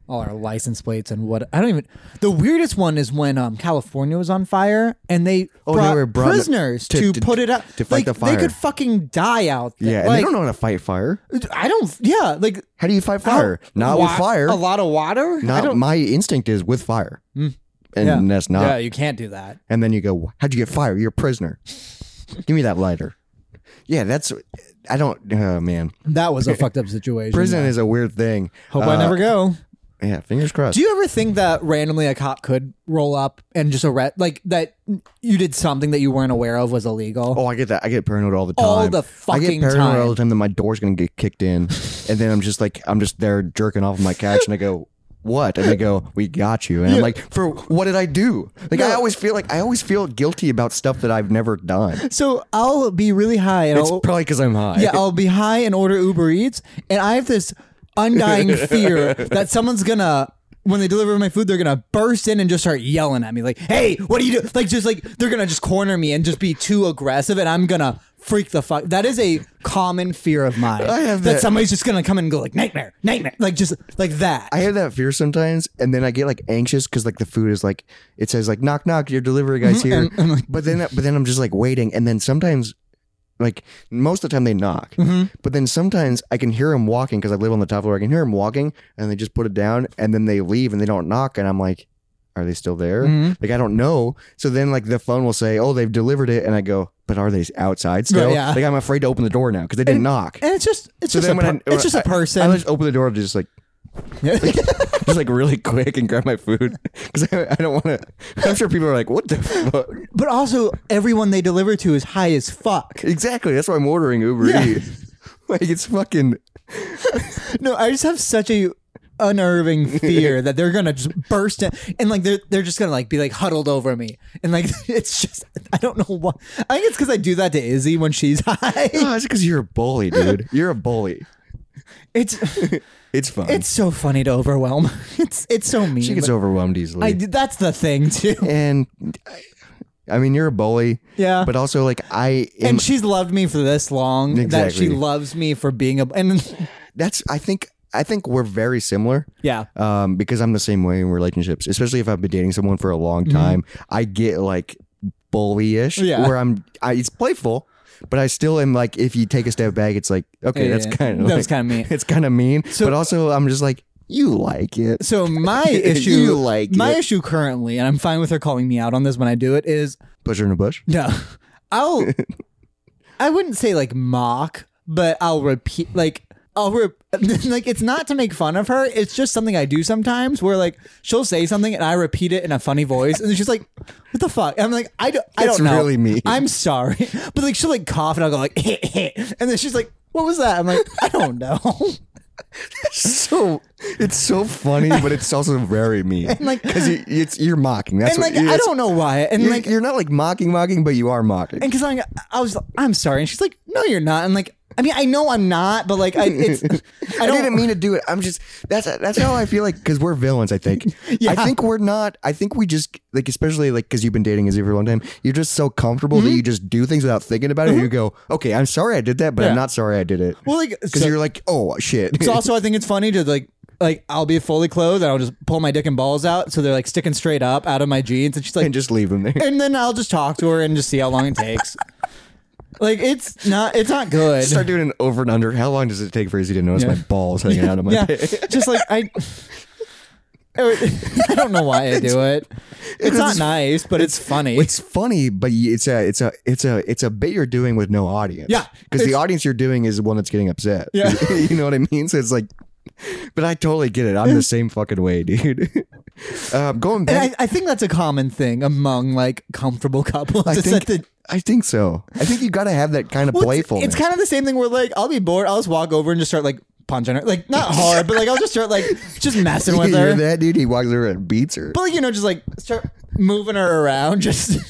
Speaker 1: All our license plates and what I don't even. The weirdest one is when um California was on fire and they
Speaker 2: Oh, they
Speaker 1: brought,
Speaker 2: were brought
Speaker 1: prisoners
Speaker 2: to-
Speaker 1: to,
Speaker 2: to-
Speaker 1: put it out
Speaker 2: to fight
Speaker 1: Like,
Speaker 2: the
Speaker 1: They
Speaker 2: fire.
Speaker 1: could fucking die out there.
Speaker 2: yeah, and
Speaker 1: like,
Speaker 2: they don't know how to fight fire.
Speaker 1: I don't. Yeah, like
Speaker 2: How do you fight fire?
Speaker 1: how-
Speaker 2: Not
Speaker 1: wa-
Speaker 2: with fire.
Speaker 1: A lot of water. I
Speaker 2: Not
Speaker 1: don't- Hmm.
Speaker 2: my instinct is with fire, and
Speaker 1: Yeah.
Speaker 2: that's not.
Speaker 1: yeah, you can't do that.
Speaker 2: And then you go, "How'd you get fired? You're a prisoner. Give me that lighter." Yeah, that's. I don't. Oh man,
Speaker 1: That was a fucked up situation.
Speaker 2: prison
Speaker 1: yeah.
Speaker 2: is a weird thing.
Speaker 1: Hope
Speaker 2: Uh,
Speaker 1: I never go.
Speaker 2: Yeah, fingers crossed.
Speaker 1: Do you ever think that randomly a cop could roll up and just arrest, like that you did something that you weren't aware of was illegal?
Speaker 2: oh, I get that. I get paranoid all the time.
Speaker 1: All the
Speaker 2: I get
Speaker 1: fucking
Speaker 2: paranoid
Speaker 1: time.
Speaker 2: all the time that my door's gonna get kicked
Speaker 1: <laughs>
Speaker 2: in, and then I'm just like, I'm just there jerking off on my couch, and I go. What? And they go, we got you. And I'm like, for what did I do? Like, I
Speaker 1: No.
Speaker 2: always feel like I always feel guilty about stuff that I've never done.
Speaker 1: So I'll be really high and
Speaker 2: It's
Speaker 1: I'll,
Speaker 2: probably because I'm high.
Speaker 1: Oh. yeah, I'll be high and order Uber Eats, and I have this
Speaker 2: <laughs>
Speaker 1: undying fear that someone's gonna. When they deliver my food, they're gonna burst in and just start yelling at me, like, "Hey, what do you do?" Like, just like they're gonna just corner me and just be too aggressive, and I'm gonna freak the fuck. That is a common fear of mine.
Speaker 2: I have that-
Speaker 1: somebody's just gonna come and go like nightmare, nightmare, like just like that.
Speaker 2: I have that fear sometimes, and then I get like anxious because like the food is like it says like knock knock your delivery
Speaker 1: Mm-hmm,
Speaker 2: guy's here, but then but then I'm just like waiting, and then sometimes like most of the time they knock,
Speaker 1: Mm-hmm.
Speaker 2: but then sometimes I can hear them walking because I live on the top floor. I can hear them walking, and they just put it down, and then they leave and they don't knock, and I'm like, are they still there?
Speaker 1: Mm-hmm.
Speaker 2: Like I don't know. So then like the phone will say, oh they've delivered it, and I go, but are they outside still?
Speaker 1: yeah.
Speaker 2: Like I'm afraid to open the door now because they didn't knock.
Speaker 1: And it's just it's
Speaker 2: So
Speaker 1: just a
Speaker 2: then when
Speaker 1: per-
Speaker 2: I, when
Speaker 1: it's just a
Speaker 2: I-
Speaker 1: person.
Speaker 2: I just open the door and just like
Speaker 1: <laughs>
Speaker 2: just like really quick and grab my food <laughs> because I, I don't want to. I'm sure people are like, "What the fuck?"
Speaker 1: but also everyone they deliver to is high as
Speaker 2: <laughs>
Speaker 1: fuck.
Speaker 2: Exactly. That's why I'm ordering Uber
Speaker 1: Yeah.
Speaker 2: Eats. <laughs> Like it's fucking.
Speaker 1: No, I just have such a unnerving fear
Speaker 2: <laughs>
Speaker 1: that they're gonna just burst in and like they're they're just gonna like be like huddled over me and like <laughs> it's just I don't know why I think it's because I do that to Izzy when she's <laughs>
Speaker 2: <laughs>
Speaker 1: high.
Speaker 2: Oh, it's because you're a bully, dude. You're a bully.
Speaker 1: It's
Speaker 2: It's fun.
Speaker 1: it's so funny to overwhelm. <laughs> It's it's so mean.
Speaker 2: she gets
Speaker 1: but
Speaker 2: overwhelmed easily.
Speaker 1: I, that's the thing too.
Speaker 2: <laughs>
Speaker 1: <laughs>
Speaker 2: and I, I mean, you're a bully.
Speaker 1: Yeah.
Speaker 2: But also, like, I am.
Speaker 1: Uh, And she's loved me for this long that
Speaker 2: Exactly.
Speaker 1: she loves me for being a and <laughs>
Speaker 2: that's. I think. I think we're very similar.
Speaker 1: yeah
Speaker 2: um, because I'm the same way in relationships, especially if I've been dating someone for a long time. I get like bullyish,
Speaker 1: Mm-hmm. Yeah.
Speaker 2: where I'm, I, it's playful, but I still am like, if you take a step back, it's like, okay,
Speaker 1: Yeah,
Speaker 2: that's
Speaker 1: yeah.
Speaker 2: kind of
Speaker 1: That was kinda mean.
Speaker 2: It's kind of mean,
Speaker 1: So-
Speaker 2: but also I'm just like, you like it. <laughs>
Speaker 1: So my
Speaker 2: You
Speaker 1: issue,
Speaker 2: like
Speaker 1: my
Speaker 2: it.
Speaker 1: issue currently, and I'm fine with her calling me out on this when I do it. Is
Speaker 2: Push her in
Speaker 1: <laughs>
Speaker 2: a bush.
Speaker 1: no, I'll, I wouldn't say like mock, but I'll repeat like I'll re- <laughs> like it's not to make fun of her. It's just something I do sometimes where like she'll say something and I repeat it in a funny voice, and she's like, "What the fuck?" And I'm like, "I don't, I
Speaker 2: That's
Speaker 1: don't know.
Speaker 2: really mean.
Speaker 1: I'm sorry," <laughs> but like she'll like cough and I'll go like, <laughs> and then she's like, "What was that?" I'm like, "I don't know." <laughs>
Speaker 2: So it's so funny, but it's also
Speaker 1: <laughs>
Speaker 2: very mean.
Speaker 1: like-
Speaker 2: because you, it's you're mocking. That's
Speaker 1: And
Speaker 2: what,
Speaker 1: like I
Speaker 2: that's-
Speaker 1: don't know why. And
Speaker 2: You're,
Speaker 1: like
Speaker 2: you're not like mocking, mocking, but you are mocking.
Speaker 1: And because I, I was, I'm sorry, and she's like, "No, you're not." And like, I mean, I know I'm not, but like, I,
Speaker 2: <laughs>
Speaker 1: it's, I
Speaker 2: I,
Speaker 1: don't.
Speaker 2: didn't mean to do it. I'm just that's that's how I feel like because we're villains.
Speaker 1: <laughs>
Speaker 2: I think.
Speaker 1: Yeah.
Speaker 2: I think we're not. I think we just like especially like because you've been dating Izzy for a long time. You're just so comfortable
Speaker 1: Mm-hmm.
Speaker 2: that you just do things without thinking about it. and You go, okay, I'm sorry I did that, but
Speaker 1: Yeah.
Speaker 2: I'm not sorry I did it. <laughs>
Speaker 1: well, like,
Speaker 2: Because
Speaker 1: so-
Speaker 2: you're like, oh shit.
Speaker 1: so also, I think it's funny to like like I'll be fully clothed and I'll just pull my dick and balls out so they're like sticking straight up out of my jeans and she's like
Speaker 2: <laughs> and just leave
Speaker 1: <laughs>
Speaker 2: them there.
Speaker 1: and then I'll just talk to her and just see how long it takes. like it's not it's not good.
Speaker 2: Start doing an over and under. How long does it take for Izzy to notice
Speaker 1: Yeah.
Speaker 2: my balls hanging out of
Speaker 1: <laughs> <laughs>
Speaker 2: my
Speaker 1: yeah,
Speaker 2: dick?
Speaker 1: just like
Speaker 2: <laughs>
Speaker 1: I. I don't know why I do it. It's not nice, but it's funny.
Speaker 2: It's funny, but y- it's a it's a it's a it's a bit you're doing with no audience.
Speaker 1: Yeah,
Speaker 2: because the
Speaker 1: it's-
Speaker 2: audience you're doing is the one that's getting upset.
Speaker 1: Yeah.
Speaker 2: <laughs> you know what I mean. So it's like, but I totally get it.
Speaker 1: <laughs>
Speaker 2: I'm the same fucking way, dude. <laughs> um, going back,
Speaker 1: And I, I think that's a common thing among like comfortable <laughs> couples.
Speaker 2: I
Speaker 1: is
Speaker 2: think
Speaker 1: that the-
Speaker 2: I think so. I think you got to have that kind of
Speaker 1: Well, it's-
Speaker 2: playfulness. <laughs>
Speaker 1: It's, kind of the same thing where like I'll be bored, I'll just walk over and just start like punching her, like not hard, but like I'll just start like just messing
Speaker 2: <laughs>
Speaker 1: with
Speaker 2: you
Speaker 1: her.
Speaker 2: hear that, dude? He walks over and beats her.
Speaker 1: But like you know, just like start moving her around. <laughs> Just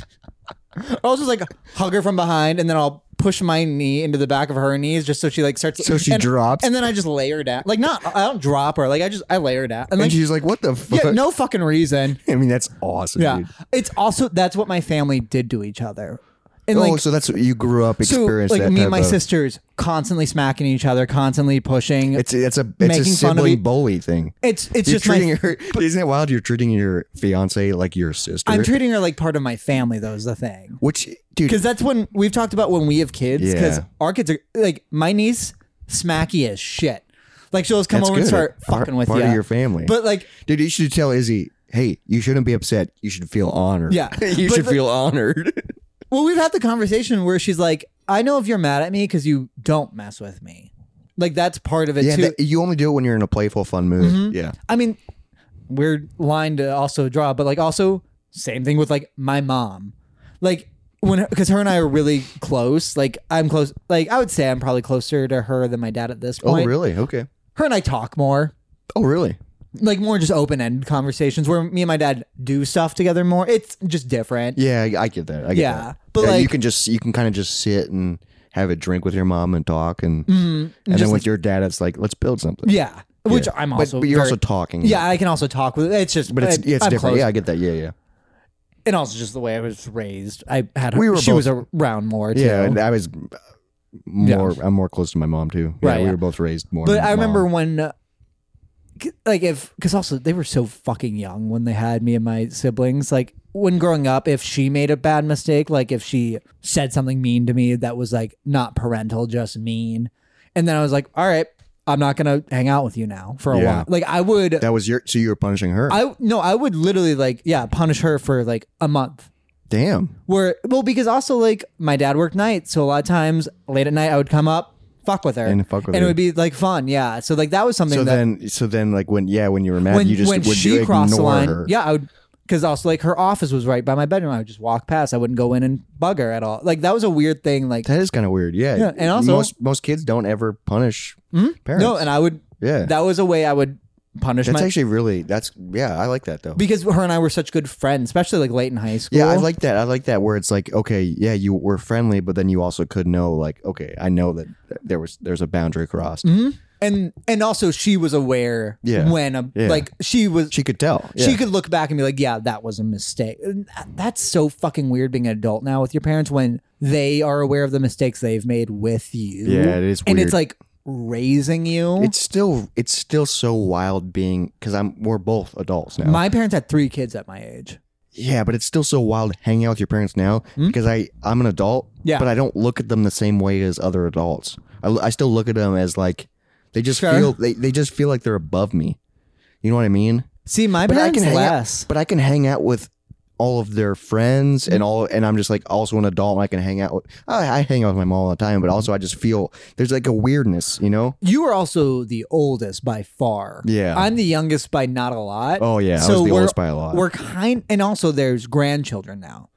Speaker 1: I'll just like hug her from behind, and then I'll push my knee into the back of her knees just so she like starts.
Speaker 2: So she
Speaker 1: and,
Speaker 2: drops.
Speaker 1: and then I just lay her down. Like not, I don't drop her. Like I just I lay her down, and
Speaker 2: and
Speaker 1: like
Speaker 2: she's like, "What the fuck?"
Speaker 1: yeah,
Speaker 2: <laughs>
Speaker 1: no fucking reason.
Speaker 2: I mean, that's awesome,
Speaker 1: Yeah,
Speaker 2: dude.
Speaker 1: it's also that's what my family did to each other, and
Speaker 2: oh,
Speaker 1: like
Speaker 2: so that's what you grew up
Speaker 1: so
Speaker 2: experiencing.
Speaker 1: like
Speaker 2: that
Speaker 1: me
Speaker 2: type
Speaker 1: and my
Speaker 2: of-
Speaker 1: sisters constantly smacking each other, constantly pushing. It's
Speaker 2: It's it's a it's a
Speaker 1: making fun of
Speaker 2: sibling
Speaker 1: it.
Speaker 2: bully thing.
Speaker 1: it's,
Speaker 2: You're
Speaker 1: just my. <laughs>
Speaker 2: treating her. Isn't it wild? You're treating your fiance like your sister.
Speaker 1: I'm treating her like part of my family. Though is the thing.
Speaker 2: which, dude,
Speaker 1: because that's when we've talked about when we have kids. Because
Speaker 2: Yeah.
Speaker 1: our kids are like my niece, smacky as shit. Like she'll just come
Speaker 2: that's
Speaker 1: over
Speaker 2: good.
Speaker 1: and start
Speaker 2: Part-
Speaker 1: fucking with
Speaker 2: part
Speaker 1: you.
Speaker 2: of your family.
Speaker 1: but like,
Speaker 2: dude, you should tell Izzy, hey, you shouldn't be upset. You should feel honored.
Speaker 1: Yeah.
Speaker 2: <laughs> you
Speaker 1: But
Speaker 2: should
Speaker 1: the- <laughs>
Speaker 2: feel honored.
Speaker 1: well, we've had the conversation where she's like, "I know if you're mad at me because you don't mess with me." Like that's part of it
Speaker 2: yeah,
Speaker 1: too.
Speaker 2: that- you only do it when you're in a playful, fun mood. Yeah,
Speaker 1: I mean, weird line to also draw, but like also same thing with like my mom, like when because her and I are really close. Like I'm close. Like I would say I'm probably closer to her than my dad at this
Speaker 2: Oh,
Speaker 1: point.
Speaker 2: really? Okay.
Speaker 1: Her and I talk more.
Speaker 2: Oh, really?
Speaker 1: like more just open end conversations where me and my dad do stuff together more. It's just different.
Speaker 2: Yeah, I, I get that. I get
Speaker 1: Yeah,
Speaker 2: that.
Speaker 1: but,
Speaker 2: you
Speaker 1: like-
Speaker 2: can just you can kind of just sit and have a drink with your mom and talk, and
Speaker 1: Mm-hmm.
Speaker 2: and, then with your dad, it's like let's build something.
Speaker 1: Yeah, which I'm
Speaker 2: but,
Speaker 1: also.
Speaker 2: but you're
Speaker 1: very-
Speaker 2: also talking.
Speaker 1: yeah, I can also talk with. It's just,
Speaker 2: but it's
Speaker 1: I,
Speaker 2: yeah, it's
Speaker 1: I'm
Speaker 2: different.
Speaker 1: close.
Speaker 2: Yeah, I get that. Yeah, yeah,
Speaker 1: and also just the way I was raised. I had her.
Speaker 2: We were
Speaker 1: she
Speaker 2: both-
Speaker 1: was around more. Too.
Speaker 2: yeah. And I was uh, more. I'm more close to my mom too. Yeah,
Speaker 1: Right,
Speaker 2: we
Speaker 1: yeah.
Speaker 2: were both raised more.
Speaker 1: but I remember when, uh, c- like, if because also they were so fucking young when they had me and my siblings. Like when growing up, if she made a bad mistake, like if she said something mean to me that was like not parental, just mean, and then I was like, all right. I'm not gonna hang out with you now for a
Speaker 2: Yeah.
Speaker 1: while. Like I would,
Speaker 2: that was your. So you were punishing her.
Speaker 1: I no, I would literally like yeah punish her for like a month.
Speaker 2: Damn.
Speaker 1: Where well because also like my dad worked nights, so a lot of times late at night I would come up, fuck with her,
Speaker 2: And fuck with
Speaker 1: and
Speaker 2: her.
Speaker 1: it would be like fun, yeah. So like that was something
Speaker 2: So
Speaker 1: that
Speaker 2: then, so then, like when yeah, when you were mad,
Speaker 1: when
Speaker 2: you just
Speaker 1: when
Speaker 2: would
Speaker 1: she
Speaker 2: you
Speaker 1: crossed the
Speaker 2: ignore
Speaker 1: line,
Speaker 2: her.
Speaker 1: yeah, I would because also like her office was right by my bedroom. I would just walk past. I wouldn't go in and bug her at all. Like that was a weird thing. Like
Speaker 2: That is kind of weird. Yeah.
Speaker 1: Yeah, and also- Hmm?
Speaker 2: most most kids don't ever punish parents.
Speaker 1: no, and I would
Speaker 2: yeah.
Speaker 1: that was a way I would punish
Speaker 2: that's
Speaker 1: my
Speaker 2: actually really that's yeah, I like that though.
Speaker 1: because her and I were such good friends, especially like late in high school.
Speaker 2: Yeah, I like that. I like that where it's like, okay, yeah, you were friendly, but then you also could know, like, okay, I know that there was there's a boundary crossed.
Speaker 1: Mm-hmm. and and also she was aware
Speaker 2: Yeah.
Speaker 1: when a,
Speaker 2: Yeah.
Speaker 1: like she was
Speaker 2: She could tell.
Speaker 1: she
Speaker 2: Yeah.
Speaker 1: could look back and be like, yeah, that was a mistake. And th- That's so fucking weird being an adult now with your parents when they are aware of the mistakes they've made with you.
Speaker 2: Yeah, it is
Speaker 1: And
Speaker 2: weird.
Speaker 1: it's like raising you.
Speaker 2: It's still it's still so wild being because I'm we're both adults now.
Speaker 1: my parents had three kids at my age.
Speaker 2: yeah, but it's still so wild hanging out with your parents now because I I'm an adult.
Speaker 1: Hmm? Yeah.
Speaker 2: but I don't look at them the same way as other adults. I, I still look at them as like they just
Speaker 1: Sure.
Speaker 2: feel they, they just feel like they're above me. You know what I mean?
Speaker 1: See, my
Speaker 2: But I
Speaker 1: parents
Speaker 2: can hang out-
Speaker 1: less.
Speaker 2: but I can hang out with all of their friends and all and I'm just like also an adult and I can hang out with I, I hang out with my mom all the time, but also I just feel there's like a weirdness, you know?
Speaker 1: you are also the oldest by far.
Speaker 2: Yeah.
Speaker 1: I'm the youngest by not a lot.
Speaker 2: Oh yeah, I was the
Speaker 1: we're-
Speaker 2: oldest by a lot.
Speaker 1: We're kind and also there's grandchildren now.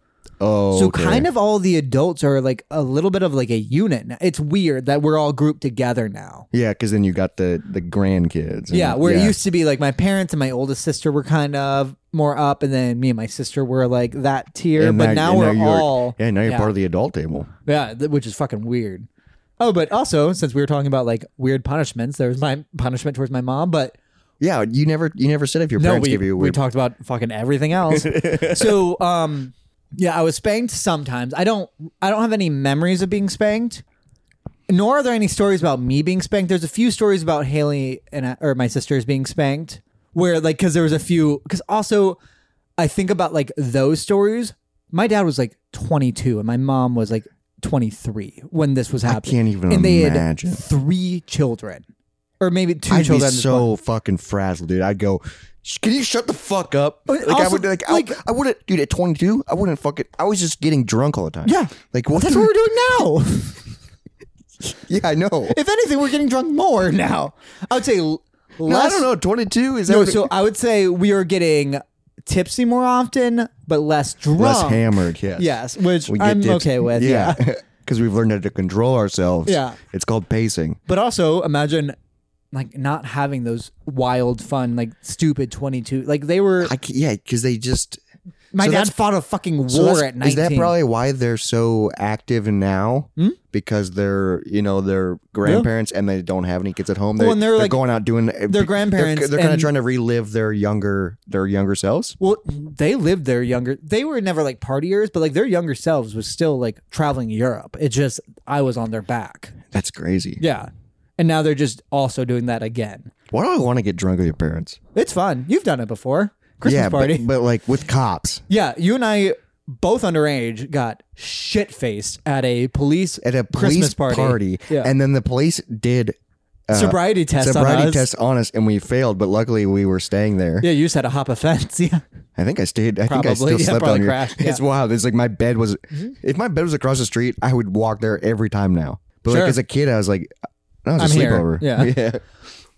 Speaker 2: oh
Speaker 1: So kind of all the adults are like a little bit of like a unit. Now. It's weird that we're all grouped together now.
Speaker 2: Yeah, because then you got the the grandkids. and-
Speaker 1: Yeah, where it used to be like my parents and my oldest sister were kind of more up, and then me and my sister were like that tier.
Speaker 2: And
Speaker 1: but
Speaker 2: now-
Speaker 1: now
Speaker 2: and
Speaker 1: we're
Speaker 2: you're-
Speaker 1: all
Speaker 2: Yeah, now you're
Speaker 1: yeah.
Speaker 2: part of the adult table.
Speaker 1: yeah, th- which is fucking weird. Oh, but also since we were talking about like weird punishments, there was my punishment towards my mom, but
Speaker 2: Yeah, you never you never said if your
Speaker 1: no,
Speaker 2: parents
Speaker 1: we,
Speaker 2: give you a
Speaker 1: we
Speaker 2: weird
Speaker 1: talked about fucking everything
Speaker 2: <laughs>
Speaker 1: else. so, um, yeah, I was spanked sometimes. I don't, I don't have any memories of being spanked, nor are there any stories about me being spanked. There's a few stories about Haley and I, or my sisters being spanked, where like because there was a few because also I think about like those stories. My dad was like 22 and my mom was like 23 when this was
Speaker 2: I
Speaker 1: happening,
Speaker 2: can't even
Speaker 1: and they
Speaker 2: imagine.
Speaker 1: had three children, or maybe 2
Speaker 2: I'd be
Speaker 1: children. at this point.
Speaker 2: so fucking frazzled, dude. I'd go, "Sh- can you shut the fuck up? Like
Speaker 1: But
Speaker 2: I
Speaker 1: also,
Speaker 2: would, like, I,
Speaker 1: like-
Speaker 2: I wouldn't, dude. At 22, I wouldn't fucking. I was just getting drunk all the time.
Speaker 1: Yeah.
Speaker 2: like what?
Speaker 1: That's
Speaker 2: the-
Speaker 1: what we're doing now.
Speaker 2: <laughs> yeah,
Speaker 1: <laughs>
Speaker 2: I know.
Speaker 1: if anything, we're getting drunk more now. I would say l-
Speaker 2: No, I
Speaker 1: less.
Speaker 2: don't know. 22 is that
Speaker 1: No,
Speaker 2: what-
Speaker 1: so I would say we are getting tipsy more often, but less drunk.
Speaker 2: less hammered. Yes,
Speaker 1: Yes, which
Speaker 2: We get
Speaker 1: I'm
Speaker 2: dips-
Speaker 1: okay with. Yeah.
Speaker 2: <laughs> yeah, because we've learned how to control ourselves.
Speaker 1: Yeah.
Speaker 2: it's called pacing.
Speaker 1: But also imagine like not having those wild, fun, like stupid 22. Like they were.
Speaker 2: I, ca- yeah, because they just
Speaker 1: my
Speaker 2: so
Speaker 1: dad
Speaker 2: that's-
Speaker 1: fought a fucking war
Speaker 2: so that's-
Speaker 1: at 19.
Speaker 2: Is that probably why they're so active now?
Speaker 1: Hmm?
Speaker 2: Because they're you know they're grandparents and they don't have any kids at home. They,
Speaker 1: Well, and they're, like,
Speaker 2: going out doing their
Speaker 1: grandparents
Speaker 2: They're, kind of
Speaker 1: and-
Speaker 2: trying to relive their younger their younger selves.
Speaker 1: well, they lived their younger. They were never like partiers, but like their younger selves was still like traveling Europe. It just I was on their back.
Speaker 2: That's crazy.
Speaker 1: Yeah, and now they're just also doing that again.
Speaker 2: Why do I want to get drunk with your parents?
Speaker 1: It's fun. You've done it before. Christmas
Speaker 2: yeah, but-
Speaker 1: party.
Speaker 2: But, like with cops
Speaker 1: <laughs> Yeah, you and I both underage got shit faced at a police
Speaker 2: at a police
Speaker 1: Christmas party. Yeah.
Speaker 2: and then the police did uh,
Speaker 1: sobriety test
Speaker 2: sobriety
Speaker 1: on us.
Speaker 2: test on us, and we failed. But luckily, we were staying there.
Speaker 1: Yeah, you just had a hop offense. <laughs> Yeah,
Speaker 2: I think I stayed. I think I
Speaker 1: Probably.
Speaker 2: still
Speaker 1: Yeah,
Speaker 2: slept
Speaker 1: probably
Speaker 2: on your.
Speaker 1: crashed. Mm-hmm.
Speaker 2: It's wild. It's like my bed was. If my bed was across the street, I would walk there every time now. But
Speaker 1: Sure.
Speaker 2: like as a kid, I was like, I was a
Speaker 1: I'm here.
Speaker 2: sleepover. <laughs>
Speaker 1: Yeah.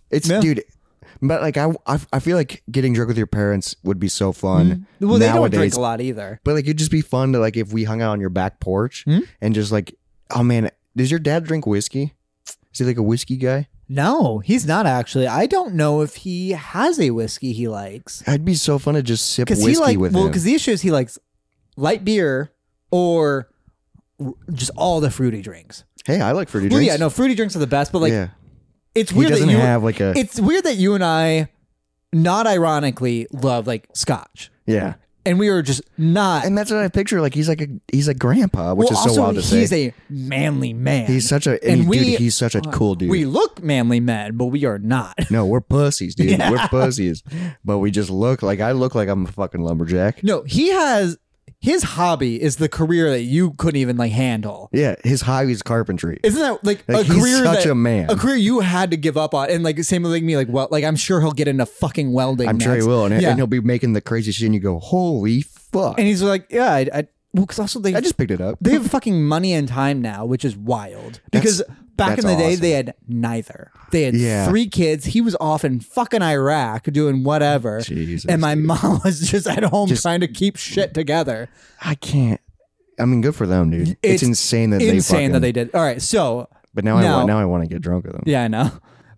Speaker 2: It's
Speaker 1: Yeah.
Speaker 2: dude. But like I, I, I feel like getting drunk with your parents would be so fun.
Speaker 1: Mm-hmm. well, they don't
Speaker 2: Mm. nowadays.
Speaker 1: drink a lot either.
Speaker 2: But like it'd just be fun to like if we hung out on your back porch
Speaker 1: Hmm?
Speaker 2: and just like, oh man, does your dad drink whiskey? Is he like a whiskey guy?
Speaker 1: No, he's not actually. I don't know if he has a whiskey he likes
Speaker 2: I'd be so fun to just sip
Speaker 1: because
Speaker 2: whiskey
Speaker 1: he like
Speaker 2: with
Speaker 1: well
Speaker 2: him.
Speaker 1: because the issue is he likes light beer or r- just all the fruity drinks.
Speaker 2: Hey, I like fruity
Speaker 1: Well,
Speaker 2: drinks.
Speaker 1: yeah, no, fruity drinks are the best, but like
Speaker 2: yeah.
Speaker 1: it's
Speaker 2: He
Speaker 1: weird
Speaker 2: doesn't
Speaker 1: that you
Speaker 2: have like a
Speaker 1: <laughs> it's weird that you and I, not ironically, love like scotch.
Speaker 2: yeah.
Speaker 1: and we were just not.
Speaker 2: and that's what I picture. Like he's like a he's a grandpa, which
Speaker 1: well,
Speaker 2: is so
Speaker 1: also,
Speaker 2: wild to
Speaker 1: he's
Speaker 2: say.
Speaker 1: a manly man.
Speaker 2: he's such a
Speaker 1: and
Speaker 2: and
Speaker 1: we-
Speaker 2: dude. He's such a cool dude.
Speaker 1: we look manly men, but we are not. <laughs>
Speaker 2: no, we're pussies, dude. We're pussies, but we just look like I look like I'm a fucking lumberjack.
Speaker 1: No, he has his hobby is the career that you couldn't even like handle.
Speaker 2: Yeah, his hobby is carpentry.
Speaker 1: Isn't that like,
Speaker 2: Like,
Speaker 1: a
Speaker 2: he's
Speaker 1: career
Speaker 2: such
Speaker 1: that-
Speaker 2: a man.
Speaker 1: career you had to give up on? And like same with like me, like well, like I'm sure he'll get into fucking welding.
Speaker 2: I'm sure he
Speaker 1: next.
Speaker 2: will, and,
Speaker 1: Yeah.
Speaker 2: and he'll be making the crazy shit. And you go, holy fuck!
Speaker 1: And he's like, yeah, I, I well, because also they
Speaker 2: I just picked it up.
Speaker 1: they have fucking money and time now, which is wild. Because back
Speaker 2: that's
Speaker 1: in the day,
Speaker 2: awesome.
Speaker 1: they had neither. They had
Speaker 2: Yeah.
Speaker 1: three kids. He was off in fucking Iraq doing whatever.
Speaker 2: Jesus,
Speaker 1: and my mom <laughs> was just at home
Speaker 2: Just-
Speaker 1: trying to keep shit together.
Speaker 2: I can't. I mean, good for them, dude. It's,
Speaker 1: It's
Speaker 2: insane that they
Speaker 1: Insane
Speaker 2: fucking,
Speaker 1: that they did. All right. So,
Speaker 2: But now, I
Speaker 1: No.
Speaker 2: want now I want to get drunk with them.
Speaker 1: yeah, I know.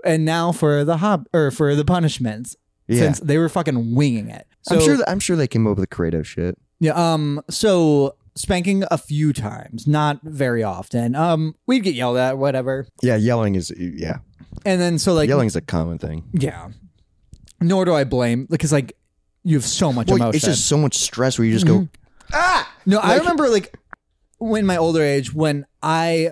Speaker 1: And now for the hob or for the punishments,
Speaker 2: Yeah.
Speaker 1: since they were fucking winging it. So,
Speaker 2: I'm sure. That, I'm sure they came up with creative shit.
Speaker 1: Yeah. Um. So spanking a few times, not very often. Um. We'd get yelled at, whatever.
Speaker 2: Yeah, yelling is yeah.
Speaker 1: And then so like
Speaker 2: Yelling is a common thing.
Speaker 1: Yeah. Nor do I blame because like you have so much
Speaker 2: Well,
Speaker 1: emotion.
Speaker 2: it's just so much stress where you just go,
Speaker 1: Mm-hmm.
Speaker 2: ah,
Speaker 1: no, I remember like when my older age when I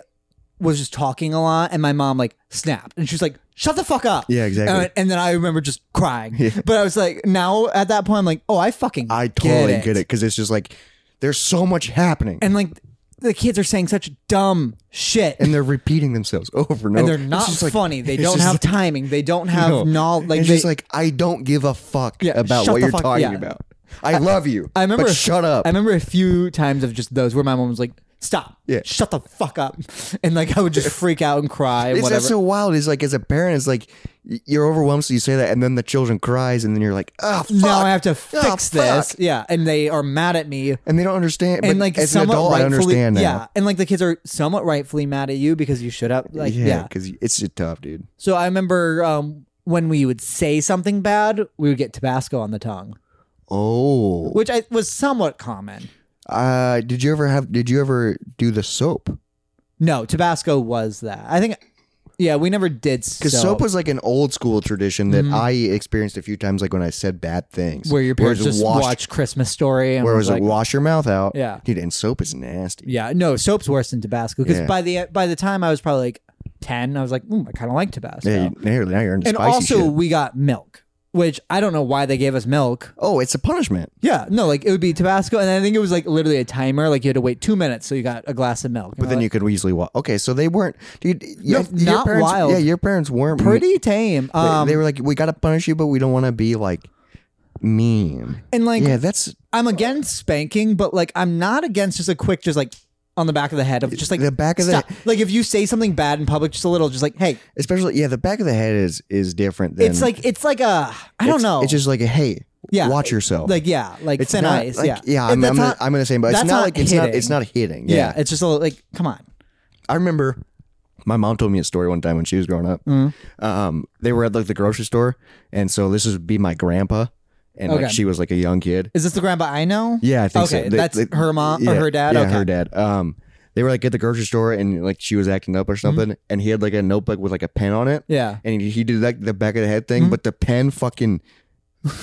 Speaker 1: was just talking a lot and my mom like snapped and she was like, "Shut the fuck up."
Speaker 2: Yeah, exactly.
Speaker 1: And, and then I remember just crying. But I was like, now at that point I'm like, "Oh, I fucking
Speaker 2: I totally
Speaker 1: get it."
Speaker 2: get it because it's just like there's so much happening,
Speaker 1: And
Speaker 2: and,
Speaker 1: like the kids are saying such dumb shit.
Speaker 2: they're repeating themselves <laughs> over
Speaker 1: and
Speaker 2: and over.
Speaker 1: they're
Speaker 2: It's
Speaker 1: not
Speaker 2: just like-
Speaker 1: funny. They
Speaker 2: it's
Speaker 1: don't
Speaker 2: just
Speaker 1: have
Speaker 2: like-
Speaker 1: timing. They don't have
Speaker 2: <laughs> no.
Speaker 1: knowledge. Like,
Speaker 2: it's
Speaker 1: they,
Speaker 2: just like I don't give a fuck
Speaker 1: Yeah,
Speaker 2: about
Speaker 1: shut
Speaker 2: what
Speaker 1: the
Speaker 2: you're
Speaker 1: fuck-
Speaker 2: talking
Speaker 1: yeah.
Speaker 2: about. I love you.
Speaker 1: I remember
Speaker 2: But
Speaker 1: a-
Speaker 2: shut
Speaker 1: <laughs>
Speaker 2: up.
Speaker 1: I remember a few times of just those where my mom was like, "Stop!
Speaker 2: Yeah.
Speaker 1: shut the fuck up!" And like I would
Speaker 2: <laughs>
Speaker 1: just freak out and cry and
Speaker 2: it's
Speaker 1: whatever.
Speaker 2: that's so wild. It's like as a parent, it's like y- you're overwhelmed, so you say that, and then the children cries, and then you're like, ah, fuck.
Speaker 1: now I have to fix this.
Speaker 2: fuck.
Speaker 1: Yeah, and they are mad at me.
Speaker 2: and they don't understand.
Speaker 1: And
Speaker 2: but
Speaker 1: like
Speaker 2: as an
Speaker 1: somewhat
Speaker 2: adult, I
Speaker 1: rightfully,
Speaker 2: understand now.
Speaker 1: yeah, and like the kids are somewhat rightfully mad at you because you should have like yeah.
Speaker 2: yeah, because it's just tough, dude.
Speaker 1: So I remember um, when we would say something bad, we would get Tabasco on the tongue,
Speaker 2: Oh,
Speaker 1: which I, was somewhat common.
Speaker 2: Uh, did you ever have? Did you ever do the soap?
Speaker 1: No, Tabasco was that. I think. Yeah, we never did
Speaker 2: Because soap was like an old school tradition that I experienced a few times, like when I said bad things,
Speaker 1: Mm-hmm. where your parents
Speaker 2: it's
Speaker 1: just
Speaker 2: washed-
Speaker 1: watch Christmas Story and
Speaker 2: where it
Speaker 1: was
Speaker 2: was
Speaker 1: like,
Speaker 2: like, wash your mouth out.
Speaker 1: Yeah.
Speaker 2: dude, and soap is nasty.
Speaker 1: yeah, no, soap's worse than Tabasco because
Speaker 2: Yeah.
Speaker 1: by the by the time I was probably like ten, I was like, mm, I kind of like Tabasco.
Speaker 2: Yeah, you, now you're, now you're into
Speaker 1: and
Speaker 2: spicy
Speaker 1: also,
Speaker 2: shit.
Speaker 1: we got milk, which I don't know why they gave us milk.
Speaker 2: Oh, it's a punishment.
Speaker 1: Yeah, no, like it would be Tabasco, and I think it was like literally a timer. Like you had to wait two minutes, so you got a glass of milk.
Speaker 2: But then you could easily walk. Okay, so they weren't. Dude, your,
Speaker 1: No,
Speaker 2: your
Speaker 1: Uh, not
Speaker 2: parents,
Speaker 1: wild.
Speaker 2: Yeah, your parents weren't
Speaker 1: pretty tame.
Speaker 2: They,
Speaker 1: Um,
Speaker 2: they were like, we gotta punish you, but we don't want to be like mean.
Speaker 1: and like
Speaker 2: yeah, that's
Speaker 1: I'm against spanking, but like I'm not against just a quick, just like on the back of the head of just like
Speaker 2: the back of the <laughs>
Speaker 1: stop. like if you say something bad in public, just a little, just like hey,
Speaker 2: especially yeah, the back of the head is is different. Than,
Speaker 1: it's like it's like a I don't
Speaker 2: it's-
Speaker 1: know.
Speaker 2: It's just like a hey,
Speaker 1: Yeah.
Speaker 2: watch yourself.
Speaker 1: like yeah, like
Speaker 2: it's
Speaker 1: thin
Speaker 2: not,
Speaker 1: ice.
Speaker 2: like,
Speaker 1: yeah,
Speaker 2: yeah.
Speaker 1: It-
Speaker 2: I'm,
Speaker 1: that's
Speaker 2: I'm, gonna,
Speaker 1: not-
Speaker 2: I'm gonna say, but it's
Speaker 1: that's
Speaker 2: not,
Speaker 1: not
Speaker 2: like it's not
Speaker 1: hitting.
Speaker 2: it's not hitting.
Speaker 1: yeah.
Speaker 2: Yeah.
Speaker 1: it's just a little like come on.
Speaker 2: I remember my mom told me a story one time when she was growing up.
Speaker 1: Mm-hmm.
Speaker 2: Um, they were at like the grocery store, and so this would be my grandpa, and
Speaker 1: Okay.
Speaker 2: like she was like a young kid.
Speaker 1: Is this the grandpa I know?
Speaker 2: Yeah, I think so.
Speaker 1: okay,
Speaker 2: They-
Speaker 1: that's
Speaker 2: they-
Speaker 1: her mom or
Speaker 2: yeah,
Speaker 1: her dad.
Speaker 2: Yeah,
Speaker 1: okay,
Speaker 2: her dad. Um, they were like at the grocery store, and like she was acting up or something, and he had like a notebook with like a pen on it.
Speaker 1: Mm-hmm. yeah. Mm-hmm.
Speaker 2: and he, he did like the back of the head thing, but the pen fucking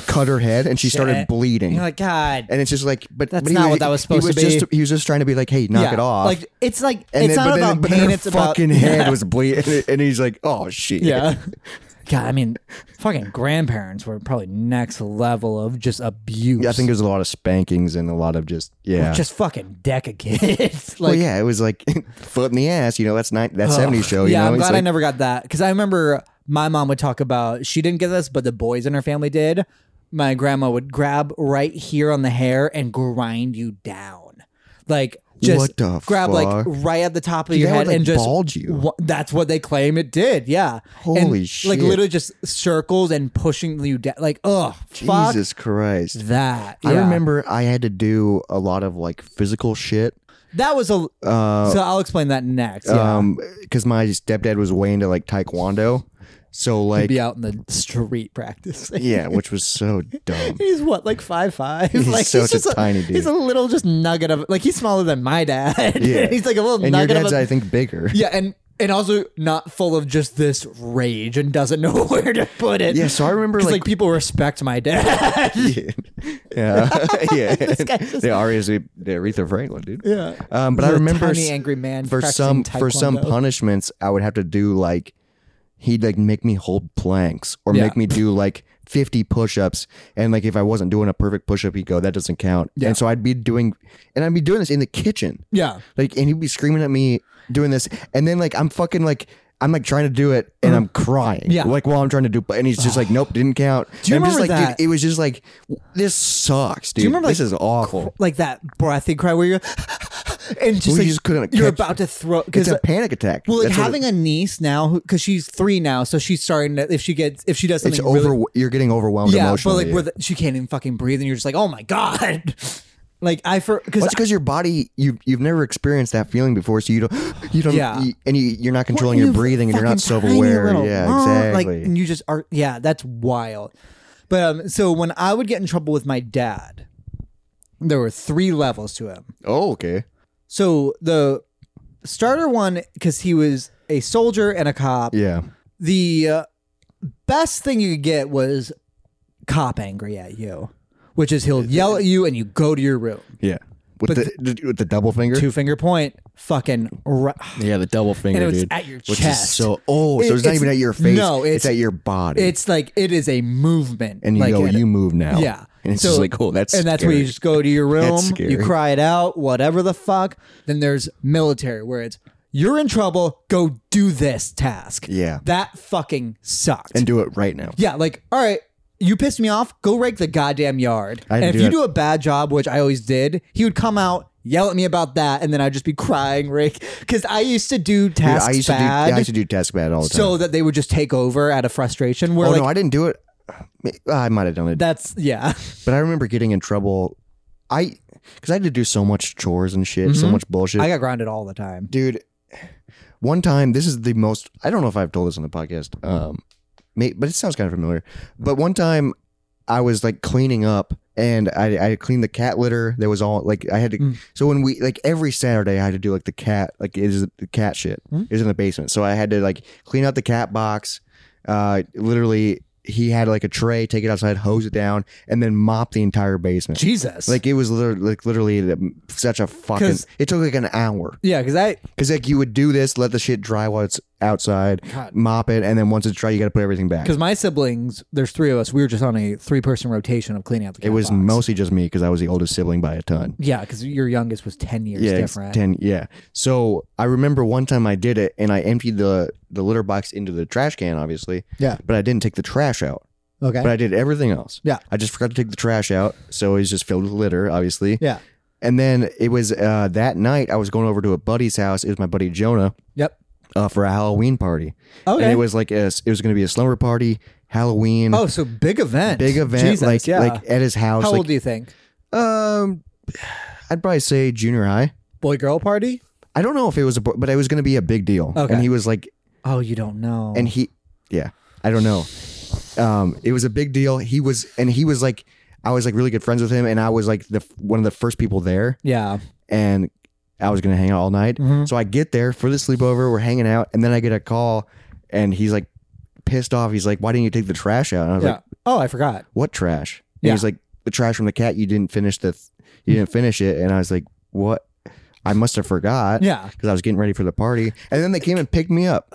Speaker 2: cut her head, and she started
Speaker 1: Shit.
Speaker 2: bleeding.
Speaker 1: You're like God.
Speaker 2: and it's just like, but
Speaker 1: That's
Speaker 2: but he
Speaker 1: not
Speaker 2: was-
Speaker 1: what that was supposed
Speaker 2: he was
Speaker 1: to
Speaker 2: Just,
Speaker 1: be.
Speaker 2: he was just trying to be like, hey, knock
Speaker 1: yeah.
Speaker 2: it off.
Speaker 1: Like it's like
Speaker 2: and
Speaker 1: it's
Speaker 2: then,
Speaker 1: not
Speaker 2: but
Speaker 1: about
Speaker 2: then, but then
Speaker 1: pain.
Speaker 2: her
Speaker 1: It's about <laughs>
Speaker 2: fucking head was bleeding, and he's like, oh shit.
Speaker 1: Yeah. God, I mean, fucking grandparents were probably next level of just abuse.
Speaker 2: Yeah, I think there's a lot of spankings and a lot of just yeah.
Speaker 1: just fucking deck of kids. <laughs> like,
Speaker 2: well, yeah, it was like <laughs> foot in the ass. You know, that's not that
Speaker 1: ugh.
Speaker 2: '70s show. You
Speaker 1: yeah,
Speaker 2: know?
Speaker 1: I'm
Speaker 2: It's
Speaker 1: glad I
Speaker 2: like-
Speaker 1: never got that because I remember my mom would talk about she didn't get this, but the boys in her family did. My grandma would grab right here on the hair and grind you down, like just
Speaker 2: What the
Speaker 1: grab like
Speaker 2: fuck?
Speaker 1: right at the top of
Speaker 2: Dude,
Speaker 1: your
Speaker 2: that
Speaker 1: head
Speaker 2: would, like,
Speaker 1: and just
Speaker 2: bald you.
Speaker 1: Wha- that's what they claim it did. Yeah, And,
Speaker 2: Holy
Speaker 1: Like
Speaker 2: shit.
Speaker 1: literally just circles and pushing you down. Like, oh, fuck
Speaker 2: Jesus Christ.
Speaker 1: that.
Speaker 2: I
Speaker 1: Yeah.
Speaker 2: remember I had to do a lot of like physical shit.
Speaker 1: that was a.
Speaker 2: Uh,
Speaker 1: so I'll explain that next. Yeah.
Speaker 2: Um 'cause because my stepdad was way into like taekwondo, so
Speaker 1: <laughs>
Speaker 2: like
Speaker 1: be out in the street practice.
Speaker 2: yeah, which was so
Speaker 1: <laughs>
Speaker 2: dumb.
Speaker 1: He's what, like five five?
Speaker 2: He's
Speaker 1: <laughs> like
Speaker 2: such a tiny
Speaker 1: He's
Speaker 2: dude.
Speaker 1: a little just nugget of like he's smaller than my dad.
Speaker 2: Yeah.
Speaker 1: <laughs> he's like a little
Speaker 2: And your
Speaker 1: nugget
Speaker 2: dad's,
Speaker 1: of a,
Speaker 2: I think,
Speaker 1: <laughs>
Speaker 2: bigger.
Speaker 1: yeah, and and also not full of just this rage and doesn't <laughs> know where to put it.
Speaker 2: Yeah, so I remember
Speaker 1: 'Cause, like,
Speaker 2: like,
Speaker 1: people respect my
Speaker 2: <laughs>
Speaker 1: dad.
Speaker 2: yeah, yeah, <laughs>
Speaker 1: <laughs>
Speaker 2: yeah.
Speaker 1: guy's just-
Speaker 2: the Aretha Aretha Franklin, dude.
Speaker 1: yeah,
Speaker 2: Um, but I
Speaker 1: Little
Speaker 2: remember
Speaker 1: tiny
Speaker 2: s-
Speaker 1: angry man
Speaker 2: for some
Speaker 1: practicing
Speaker 2: for some
Speaker 1: taekwondo.
Speaker 2: punishments, I would have to do like he'd like make me hold planks or
Speaker 1: Yeah.
Speaker 2: make me do like 50 push-ups and like if I wasn't doing a perfect push-up he'd go that doesn't count
Speaker 1: Yeah.
Speaker 2: and so I'd be doing and I'd be doing this in the kitchen
Speaker 1: Yeah,
Speaker 2: like and he'd be screaming at me doing this and then like i'm fucking like i'm like trying to do it and i'm crying
Speaker 1: Mm. Yeah.
Speaker 2: like while i'm trying to do and he's just like nope didn't count
Speaker 1: <sighs> Do you
Speaker 2: and i'm just like
Speaker 1: remember that-
Speaker 2: dude it was just like w- this sucks dude
Speaker 1: you remember,
Speaker 2: this
Speaker 1: like,
Speaker 2: is awful
Speaker 1: like that breathy cry where you're <laughs> and just
Speaker 2: We
Speaker 1: like
Speaker 2: just couldn't
Speaker 1: you're
Speaker 2: catch-
Speaker 1: about to throw
Speaker 2: it's
Speaker 1: because
Speaker 2: a panic attack
Speaker 1: Well, like
Speaker 2: That's what it-
Speaker 1: having a niece now, because she's three now, so she's starting to. If she gets, if she does
Speaker 2: it's
Speaker 1: something
Speaker 2: over
Speaker 1: really,
Speaker 2: you're getting overwhelmed
Speaker 1: yeah, but
Speaker 2: emotionally
Speaker 1: like where the, she can't even fucking breathe, and you're just like, oh my god, <laughs> like I for because
Speaker 2: Well, it's because your body you you've never experienced that feeling before, so you don't <gasps> you don't
Speaker 1: Yeah.
Speaker 2: you, and you, you're not controlling your breathing and you're not self aware. Yeah, exactly.
Speaker 1: Like and you just are. Yeah, that's wild. But um, so when I would get in trouble with my dad, there were three levels to him.
Speaker 2: oh, okay.
Speaker 1: So the starter one, because he was a soldier and a cop.
Speaker 2: Yeah.
Speaker 1: the uh, best thing you could get was cop angry at you, which is he'll yell at you and you go to your room.
Speaker 2: Yeah. With the, with the double finger.
Speaker 1: Two finger point, fucking. Ru-
Speaker 2: Yeah, the double finger,
Speaker 1: And it was
Speaker 2: dude.
Speaker 1: at your
Speaker 2: Which
Speaker 1: chest.
Speaker 2: Is so oh,
Speaker 1: It-
Speaker 2: so it's not
Speaker 1: it's-
Speaker 2: even at your face.
Speaker 1: no, it's-
Speaker 2: it's, at your body.
Speaker 1: it's like it is a movement.
Speaker 2: and you
Speaker 1: like,
Speaker 2: go, you move now.
Speaker 1: Yeah.
Speaker 2: and it's
Speaker 1: So-
Speaker 2: just like oh, that's
Speaker 1: and that's where
Speaker 2: scary.
Speaker 1: you just go to your room,
Speaker 2: That's
Speaker 1: you
Speaker 2: scary.
Speaker 1: cry it out, whatever the fuck. Then there's military where it's you're in trouble, go do this task.
Speaker 2: Yeah.
Speaker 1: That fucking sucked.
Speaker 2: and do it right now.
Speaker 1: Yeah, like, all right, you pissed me off. Go rake the goddamn yard.
Speaker 2: I had
Speaker 1: And
Speaker 2: to
Speaker 1: if you
Speaker 2: do that.
Speaker 1: do a bad job, which I always did, he would come out, yell at me about that, and then I'd just be crying, Rick, because I used to do
Speaker 2: Dude,
Speaker 1: tasks
Speaker 2: I used
Speaker 1: bad,
Speaker 2: to do yeah, I used to do task bad all the time.
Speaker 1: so that they would just take over out of frustration. Where
Speaker 2: oh
Speaker 1: like
Speaker 2: no, I didn't do it. I might have done it,
Speaker 1: that's
Speaker 2: <laughs>
Speaker 1: yeah,
Speaker 2: but I remember getting in trouble. I because I had to do so much chores and shit, so much bullshit.
Speaker 1: I got grounded all the time.
Speaker 2: dude one time this is the most i don't know if i've told this on the podcast um may, but it sounds kind of familiar but one time i was like cleaning up and i i cleaned the cat litter there was all like i had to
Speaker 1: Mm.
Speaker 2: so when we like every saturday i had to do like the cat like it is the cat shit
Speaker 1: Mm.
Speaker 2: it was in the basement so i had to like clean out the cat box uh literally he had like a tray take it outside hose it down and then mop the entire basement
Speaker 1: Jesus,
Speaker 2: like it was literally, like literally the, such a fucking
Speaker 1: 'Cause-
Speaker 2: it took like an hour
Speaker 1: yeah, because I
Speaker 2: because like you would do this, let the shit dry while it's outside,
Speaker 1: God.
Speaker 2: mop it, and then once it's dry, you got to put everything back.
Speaker 1: Because my siblings, there's three of us. We were just on a three person rotation of cleaning out the.
Speaker 2: It
Speaker 1: cat
Speaker 2: was
Speaker 1: box.
Speaker 2: mostly just me because I was the oldest sibling by a ton.
Speaker 1: Yeah, because your youngest was ten years
Speaker 2: yeah, it's
Speaker 1: different.
Speaker 2: ten. Yeah. So I remember one time I did it, and I emptied the the litter box into the trash can, obviously.
Speaker 1: Yeah.
Speaker 2: But I didn't take the trash out.
Speaker 1: Okay.
Speaker 2: But I did everything else.
Speaker 1: Yeah.
Speaker 2: I just forgot to take the trash out, so it was just filled with litter, obviously.
Speaker 1: yeah.
Speaker 2: And then it was uh, that night I was going over to a buddy's house. It was my buddy Jonah
Speaker 1: Yep.
Speaker 2: uh, for a Halloween party,
Speaker 1: Okay.
Speaker 2: and it was like a, it was going to be a slumber party, Halloween,
Speaker 1: oh, so big event.
Speaker 2: big event,
Speaker 1: Jesus,
Speaker 2: like
Speaker 1: yeah.
Speaker 2: like at his house.
Speaker 1: How
Speaker 2: like,
Speaker 1: old do you think?
Speaker 2: Um, I'd probably say junior high.
Speaker 1: Boy girl party?
Speaker 2: I don't know if it was a, bo- but it was going to be a big deal.
Speaker 1: Okay.
Speaker 2: And he was like,
Speaker 1: Oh, you don't know.
Speaker 2: and he, yeah, I don't know. Um, it was a big deal. He was, and he was like, I was like really good friends with him, and I was like the one of the first people there,
Speaker 1: yeah.
Speaker 2: and I was going to hang out all night.
Speaker 1: Mm-hmm.
Speaker 2: So I get there for the sleepover, we're hanging out, and then I get a call, and he's like pissed off. He's like, "Why didn't you take the trash out?" And I was
Speaker 1: Yeah.
Speaker 2: like,
Speaker 1: oh, I forgot.
Speaker 2: "What trash?" And
Speaker 1: Yeah.
Speaker 2: he's like, "The trash from the cat. You didn't finish the, th- you didn't finish it." And I was like, "What?" I must have forgot
Speaker 1: Yeah.
Speaker 2: because I was getting ready for the party, and then they came and picked me up,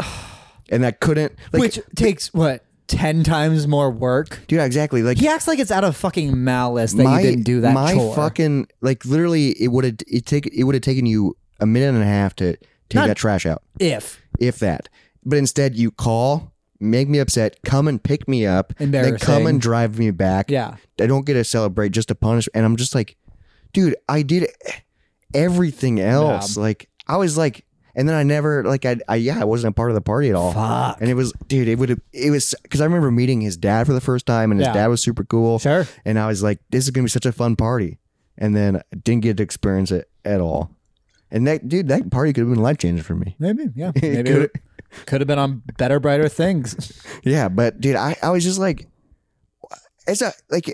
Speaker 2: and I couldn't. Like,
Speaker 1: Which takes what ten times more work.
Speaker 2: dude, exactly. Like,
Speaker 1: He acts like it's out of fucking malice that
Speaker 2: my
Speaker 1: you didn't do that
Speaker 2: my
Speaker 1: chore.
Speaker 2: fucking like literally, it would have it take it would have taken you a minute and a half to take
Speaker 1: Not-
Speaker 2: that trash out,
Speaker 1: if
Speaker 2: if that. But instead, you call, make me upset, come and pick me up, then come
Speaker 1: Embarrassing.
Speaker 2: and drive me back.
Speaker 1: yeah,
Speaker 2: I don't get to celebrate just to punish, and I'm just like, dude, I did everything else. Like, I was like. And then I never like I, I yeah I wasn't a part of the party at all.
Speaker 1: fuck.
Speaker 2: And it was, dude, it would have, it was, because I remember meeting his dad for the first time and his
Speaker 1: Yeah.
Speaker 2: dad was super cool.
Speaker 1: Sure.
Speaker 2: And I was like, this is going to be such a fun party. And then I didn't get to experience it at all. And that, dude, that party could have been life changing for me.
Speaker 1: Maybe
Speaker 2: <laughs>
Speaker 1: yeah. Maybe it could have been on better, brighter things.
Speaker 2: Yeah. But, dude, I, I was just like, it's a, like,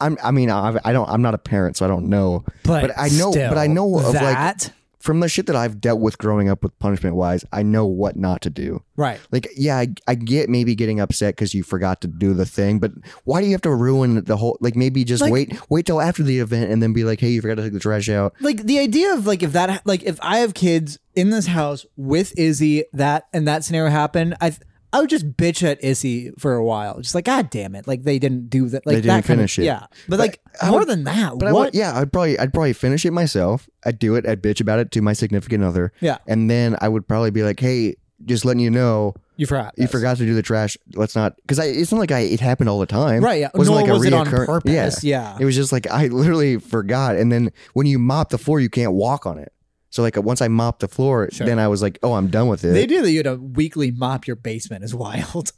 Speaker 2: I'm, I mean, I've, I don't, I'm not a parent, so I don't know.
Speaker 1: <laughs> But,
Speaker 2: But I know-
Speaker 1: still,
Speaker 2: but I know of, like-
Speaker 1: that.
Speaker 2: From the shit that I've dealt with growing up with punishment wise, I know what not to do.
Speaker 1: right.
Speaker 2: Like, yeah, I, I get maybe getting upset because you forgot to do the thing, but why do you have to ruin the whole? Like, maybe just
Speaker 1: Like-
Speaker 2: wait, wait till after the event and then be like, hey, you forgot to take the trash out.
Speaker 1: like the idea of like if that like if I have kids in this house with Izzy that and that scenario happened, I I would just bitch at Izzy for a while, just like God damn it, like they didn't do that, like
Speaker 2: They
Speaker 1: that
Speaker 2: didn't
Speaker 1: kind
Speaker 2: finish
Speaker 1: of,
Speaker 2: it.
Speaker 1: Yeah, but, like more than that,
Speaker 2: But I
Speaker 1: what?
Speaker 2: would, yeah, I'd probably, I'd probably finish it myself. I'd do it. I'd bitch about it to my significant other.
Speaker 1: Yeah.
Speaker 2: and then I would probably be like, hey, just letting you know,
Speaker 1: you forgot.
Speaker 2: you
Speaker 1: this.
Speaker 2: forgot to do the trash. Let's not, because it's not like I, it happened all the time,
Speaker 1: right? Yeah,
Speaker 2: Wasn't
Speaker 1: Nor
Speaker 2: like a
Speaker 1: was it on
Speaker 2: reoccur-
Speaker 1: purpose?
Speaker 2: Yeah.
Speaker 1: Yeah,
Speaker 2: It was just like I literally forgot, and then when you mop the floor, you can't walk on it. So like once I mopped the floor,
Speaker 1: Sure.
Speaker 2: then I was like, oh, I'm done with it.
Speaker 1: the idea that you had to weekly mop your basement is <laughs> wild.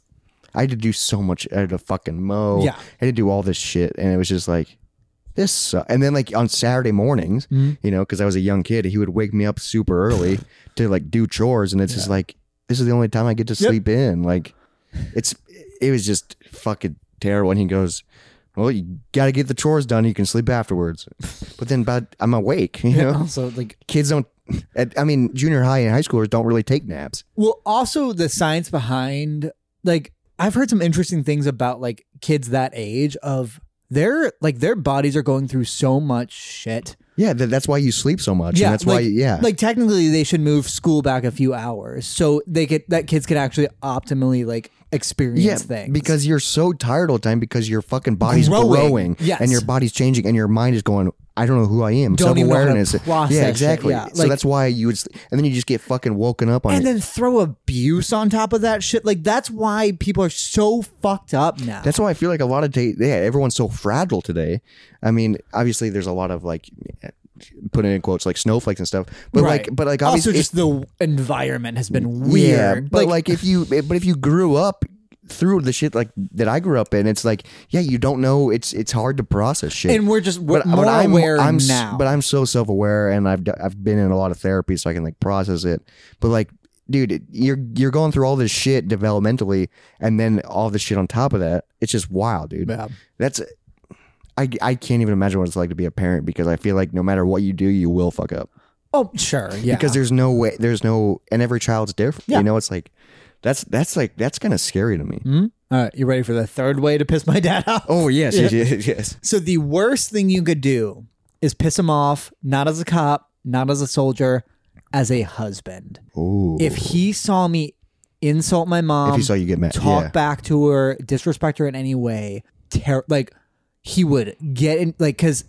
Speaker 2: I had to do so much. I had to fucking mow.
Speaker 1: Yeah.
Speaker 2: I had to do all this shit. And it was just like, this sucks. And then, like, on Saturday mornings,
Speaker 1: Mhm.
Speaker 2: you know, because I was a young kid, he would wake me up super
Speaker 1: <sighs>
Speaker 2: early to, like, do chores. And it's just like, this is the only time I get to
Speaker 1: Yep.
Speaker 2: sleep in. Like, it's, it was just fucking terrible. And he goes, well, you got to get the chores done. You can sleep
Speaker 1: <laughs>
Speaker 2: afterwards. but then, but I'm awake, you know?
Speaker 1: Also, like
Speaker 2: Kids don't, at, I mean, junior high and high schoolers don't really take naps.
Speaker 1: Well, also the science behind like I've heard some interesting things about like kids that age of their like their bodies are going through so much shit.
Speaker 2: Yeah. That, that's why you sleep so much.
Speaker 1: Yeah,
Speaker 2: And that's why,
Speaker 1: like-
Speaker 2: yeah.
Speaker 1: Like technically they should move school back a few hours so they could that kids could actually optimally like experience things.
Speaker 2: Because you're so tired all the time because your fucking body's
Speaker 1: Growing.
Speaker 2: growing,
Speaker 1: Yes.
Speaker 2: and your body's changing, and your mind is going, I don't know who I am.
Speaker 1: Don't even know how to
Speaker 2: Self-awareness.
Speaker 1: process it.
Speaker 2: yeah, exactly.
Speaker 1: Yeah,
Speaker 2: so
Speaker 1: like-
Speaker 2: that's why you would, sleep. and then you just get fucking woken up on
Speaker 1: and
Speaker 2: it.
Speaker 1: then throw abuse on top of that shit. Like that's why people are so fucked up now.
Speaker 2: that's why I feel like a lot of day, yeah, everyone's so fragile today. I mean, obviously, there's a lot of like, put it in quotes, like snowflakes and stuff. But
Speaker 1: Right.
Speaker 2: like, but like,
Speaker 1: also
Speaker 2: obviously,
Speaker 1: just the environment has been
Speaker 2: Yeah,
Speaker 1: weird.
Speaker 2: but like, if you but if you grew up through the shit like that I grew up in, it's like yeah, you don't know. It's it's hard to process shit.
Speaker 1: and we're just we're more
Speaker 2: I'm,
Speaker 1: aware
Speaker 2: I'm s-
Speaker 1: now.
Speaker 2: But I'm so self aware, and I've d- I've been in a lot of therapy, so I can like process it. But like, dude, it- you're you're going through all this shit developmentally, and then all this shit on top of that. It's just wild, dude.
Speaker 1: Yeah.
Speaker 2: That's I I can't even imagine what it's like to be a parent because I feel like no matter what you do, you will fuck up
Speaker 1: oh sure, yeah.
Speaker 2: because there's no way there's no and every child's different.
Speaker 1: Yeah. Mm-hmm.
Speaker 2: You know, it's like that's that's like that's kind of scary to me.
Speaker 1: All right, you ready for the third way to piss my <laughs> dad off?
Speaker 2: Oh yes, yes, yes, <laughs> yes.
Speaker 1: So the worst thing you could do is piss him off, not as a cop, not as a soldier, as a husband.
Speaker 2: Ooh.
Speaker 1: If he saw me insult my mom,
Speaker 2: if he saw you get mad,
Speaker 1: Um, talk
Speaker 2: yeah.
Speaker 1: back to her, disrespect her in any way, ter- like he would get in, like, because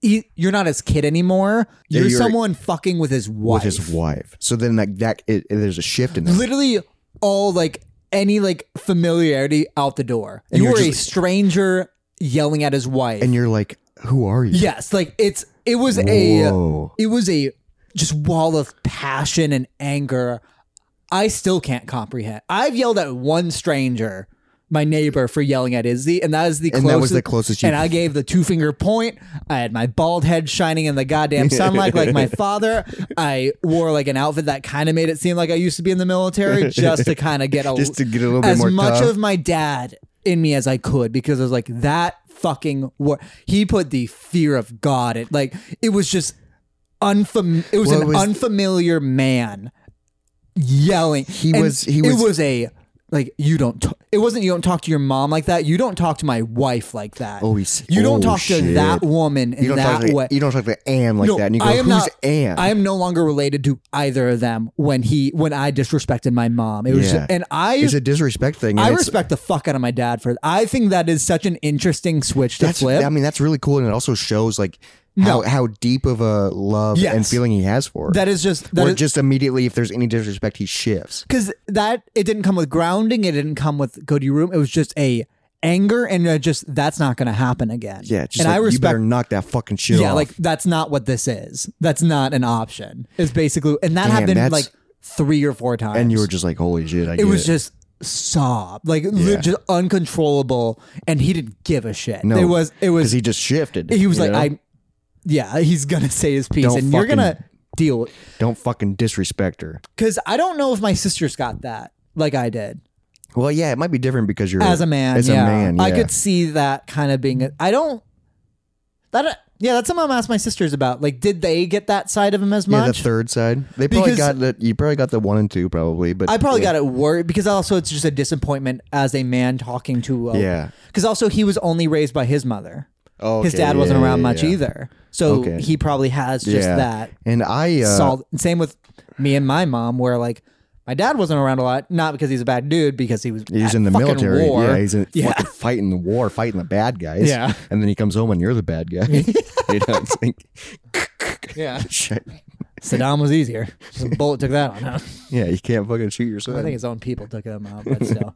Speaker 1: you're not his kid anymore.
Speaker 2: Yeah,
Speaker 1: You're,
Speaker 2: you're-
Speaker 1: someone fucking with his
Speaker 2: with
Speaker 1: wife.
Speaker 2: his wife. So then like that, it, it- there's a shift in that.
Speaker 1: Literally all like any like familiarity out the door.
Speaker 2: And
Speaker 1: you
Speaker 2: you're
Speaker 1: were a
Speaker 2: just-
Speaker 1: stranger yelling at his wife.
Speaker 2: and you're like, who are you?
Speaker 1: yes, like it's it was a
Speaker 2: Whoa.
Speaker 1: it was a just wall of passion and anger i still can't comprehend i've yelled at one stranger my neighbor for yelling at Izzy, and that is the
Speaker 2: And
Speaker 1: closest.
Speaker 2: that was the closest you-
Speaker 1: And I gave the two finger point. I had my bald head shining in the goddamn sunlight like
Speaker 2: <laughs>
Speaker 1: my father. I wore like an outfit that kind of made it seem like I used to be in the military, just to kind of get a
Speaker 2: <laughs> Just to get a little bit
Speaker 1: as
Speaker 2: more
Speaker 1: much
Speaker 2: tough.
Speaker 1: of my dad in me as I could because I was like that fucking war. He put the fear of God. It like it was just unfam. It was an
Speaker 2: Well, it was-
Speaker 1: unfamiliar man yelling.
Speaker 2: He was- he
Speaker 1: It
Speaker 2: was-
Speaker 1: was a like you don't. T- it wasn't you don't talk to your mom like that. You don't talk to my wife like that.
Speaker 2: Oh, he's-
Speaker 1: you don't
Speaker 2: oh,
Speaker 1: talk to
Speaker 2: shit.
Speaker 1: that woman in
Speaker 2: You don't,
Speaker 1: that
Speaker 2: talk to,
Speaker 1: way.
Speaker 2: you don't talk to Anne like
Speaker 1: No,
Speaker 2: that. And you go,
Speaker 1: I am
Speaker 2: who's
Speaker 1: not-
Speaker 2: Anne?
Speaker 1: I am no longer related to either of them when he when I disrespected my mom. It was
Speaker 2: Yeah.
Speaker 1: and I
Speaker 2: it's a disrespect thing. and
Speaker 1: I
Speaker 2: it's-
Speaker 1: respect the fuck out of my dad for. I think that is such an interesting switch to
Speaker 2: That's,
Speaker 1: flip.
Speaker 2: I mean, that's really cool. And it also shows like how, how deep of a love
Speaker 1: Yes.
Speaker 2: and feeling he has for her.
Speaker 1: that is just
Speaker 2: or
Speaker 1: that
Speaker 2: just immediately, if there's any disrespect, he shifts.
Speaker 1: because that it didn't come with grounding. It didn't come with go to your room. It was just a anger and a just that's not going to happen again.
Speaker 2: Yeah, just
Speaker 1: and
Speaker 2: like,
Speaker 1: I
Speaker 2: you better
Speaker 1: respect.
Speaker 2: knock that fucking shit
Speaker 1: Yeah,
Speaker 2: off.
Speaker 1: like that's not what this is. That's not an option. It's basically and that
Speaker 2: Damn,
Speaker 1: happened
Speaker 2: that's-
Speaker 1: like three or four times.
Speaker 2: and you were just like, holy shit, I
Speaker 1: it
Speaker 2: get
Speaker 1: was just sob like li- just uncontrollable, and he didn't give a shit.
Speaker 2: No,
Speaker 1: it was it was
Speaker 2: because he just shifted.
Speaker 1: he was
Speaker 2: you
Speaker 1: like,
Speaker 2: know?
Speaker 1: I, yeah, he's gonna say his piece,
Speaker 2: Don't
Speaker 1: and you're
Speaker 2: fucking-
Speaker 1: gonna deal with.
Speaker 2: don't fucking disrespect her.
Speaker 1: Because I don't know if my sisters got that like I did
Speaker 2: Well, yeah, it might be different because you're
Speaker 1: as a man.
Speaker 2: As
Speaker 1: yeah.
Speaker 2: a man,
Speaker 1: I
Speaker 2: yeah.
Speaker 1: could see that kind of being. I don't. That yeah, that's something I'm asked my sisters about. Like, did they get that side of him as
Speaker 2: Yeah, the
Speaker 1: much?
Speaker 2: third side. They probably
Speaker 1: Because-
Speaker 2: got the you probably got the one and two probably, but
Speaker 1: I probably
Speaker 2: yeah.
Speaker 1: got it worried because also it's just a disappointment as a man talking to. A,
Speaker 2: Yeah.
Speaker 1: Because also he was only raised by his mother.
Speaker 2: Oh,
Speaker 1: His
Speaker 2: okay,
Speaker 1: dad
Speaker 2: yeah,
Speaker 1: wasn't
Speaker 2: yeah,
Speaker 1: around much
Speaker 2: yeah.
Speaker 1: either. So
Speaker 2: Okay.
Speaker 1: he probably has just
Speaker 2: Yeah.
Speaker 1: that.
Speaker 2: And I uh,
Speaker 1: Sol Same with me and my mom, where like my dad wasn't around a lot, not because he's a bad dude, because he was
Speaker 2: he's
Speaker 1: at
Speaker 2: in the
Speaker 1: fucking
Speaker 2: military.
Speaker 1: War.
Speaker 2: Yeah, he's in
Speaker 1: Yeah.
Speaker 2: fucking fighting the war, fighting the bad guys.
Speaker 1: Yeah.
Speaker 2: and then he comes home and you're the bad guy. <laughs> you know, it's like, <laughs>
Speaker 1: yeah.
Speaker 2: shit.
Speaker 1: Saddam was <laughs> easier. Just a bullet took that on him.
Speaker 2: yeah, you can't fucking
Speaker 1: I
Speaker 2: shoot yourself.
Speaker 1: think his own people took him out, but still.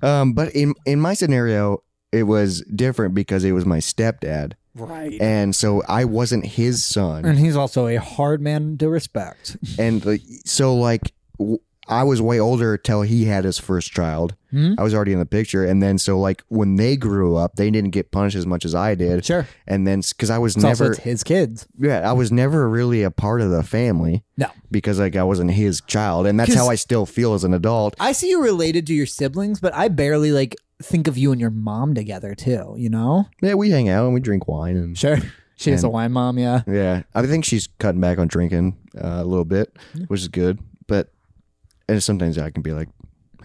Speaker 2: Um, but in in my scenario, it was different because it was my stepdad,
Speaker 1: <laughs> right.
Speaker 2: and so I wasn't his son.
Speaker 1: And he's also a hard man to respect.
Speaker 2: and like, so like w- I was way older till he had his first child.
Speaker 1: Mhm.
Speaker 2: I was already in the picture, and then so like when they grew up, they didn't get punished as much as I did.
Speaker 1: Sure.
Speaker 2: And then because I was
Speaker 1: It's also
Speaker 2: never,
Speaker 1: it's his kids.
Speaker 2: yeah, I was never really a part of the family
Speaker 1: No.
Speaker 2: because like I wasn't his child, and that's
Speaker 1: 'Cause-
Speaker 2: how I still feel as an adult.
Speaker 1: I see you related to your siblings, but I barely like think of you and your mom together too, you know?
Speaker 2: Yeah, we hang out and we drink wine and.
Speaker 1: Sure. She is a wine mom, yeah.
Speaker 2: Yeah, I think she's cutting back on drinking uh, a little bit, which is good. But and sometimes I can be like,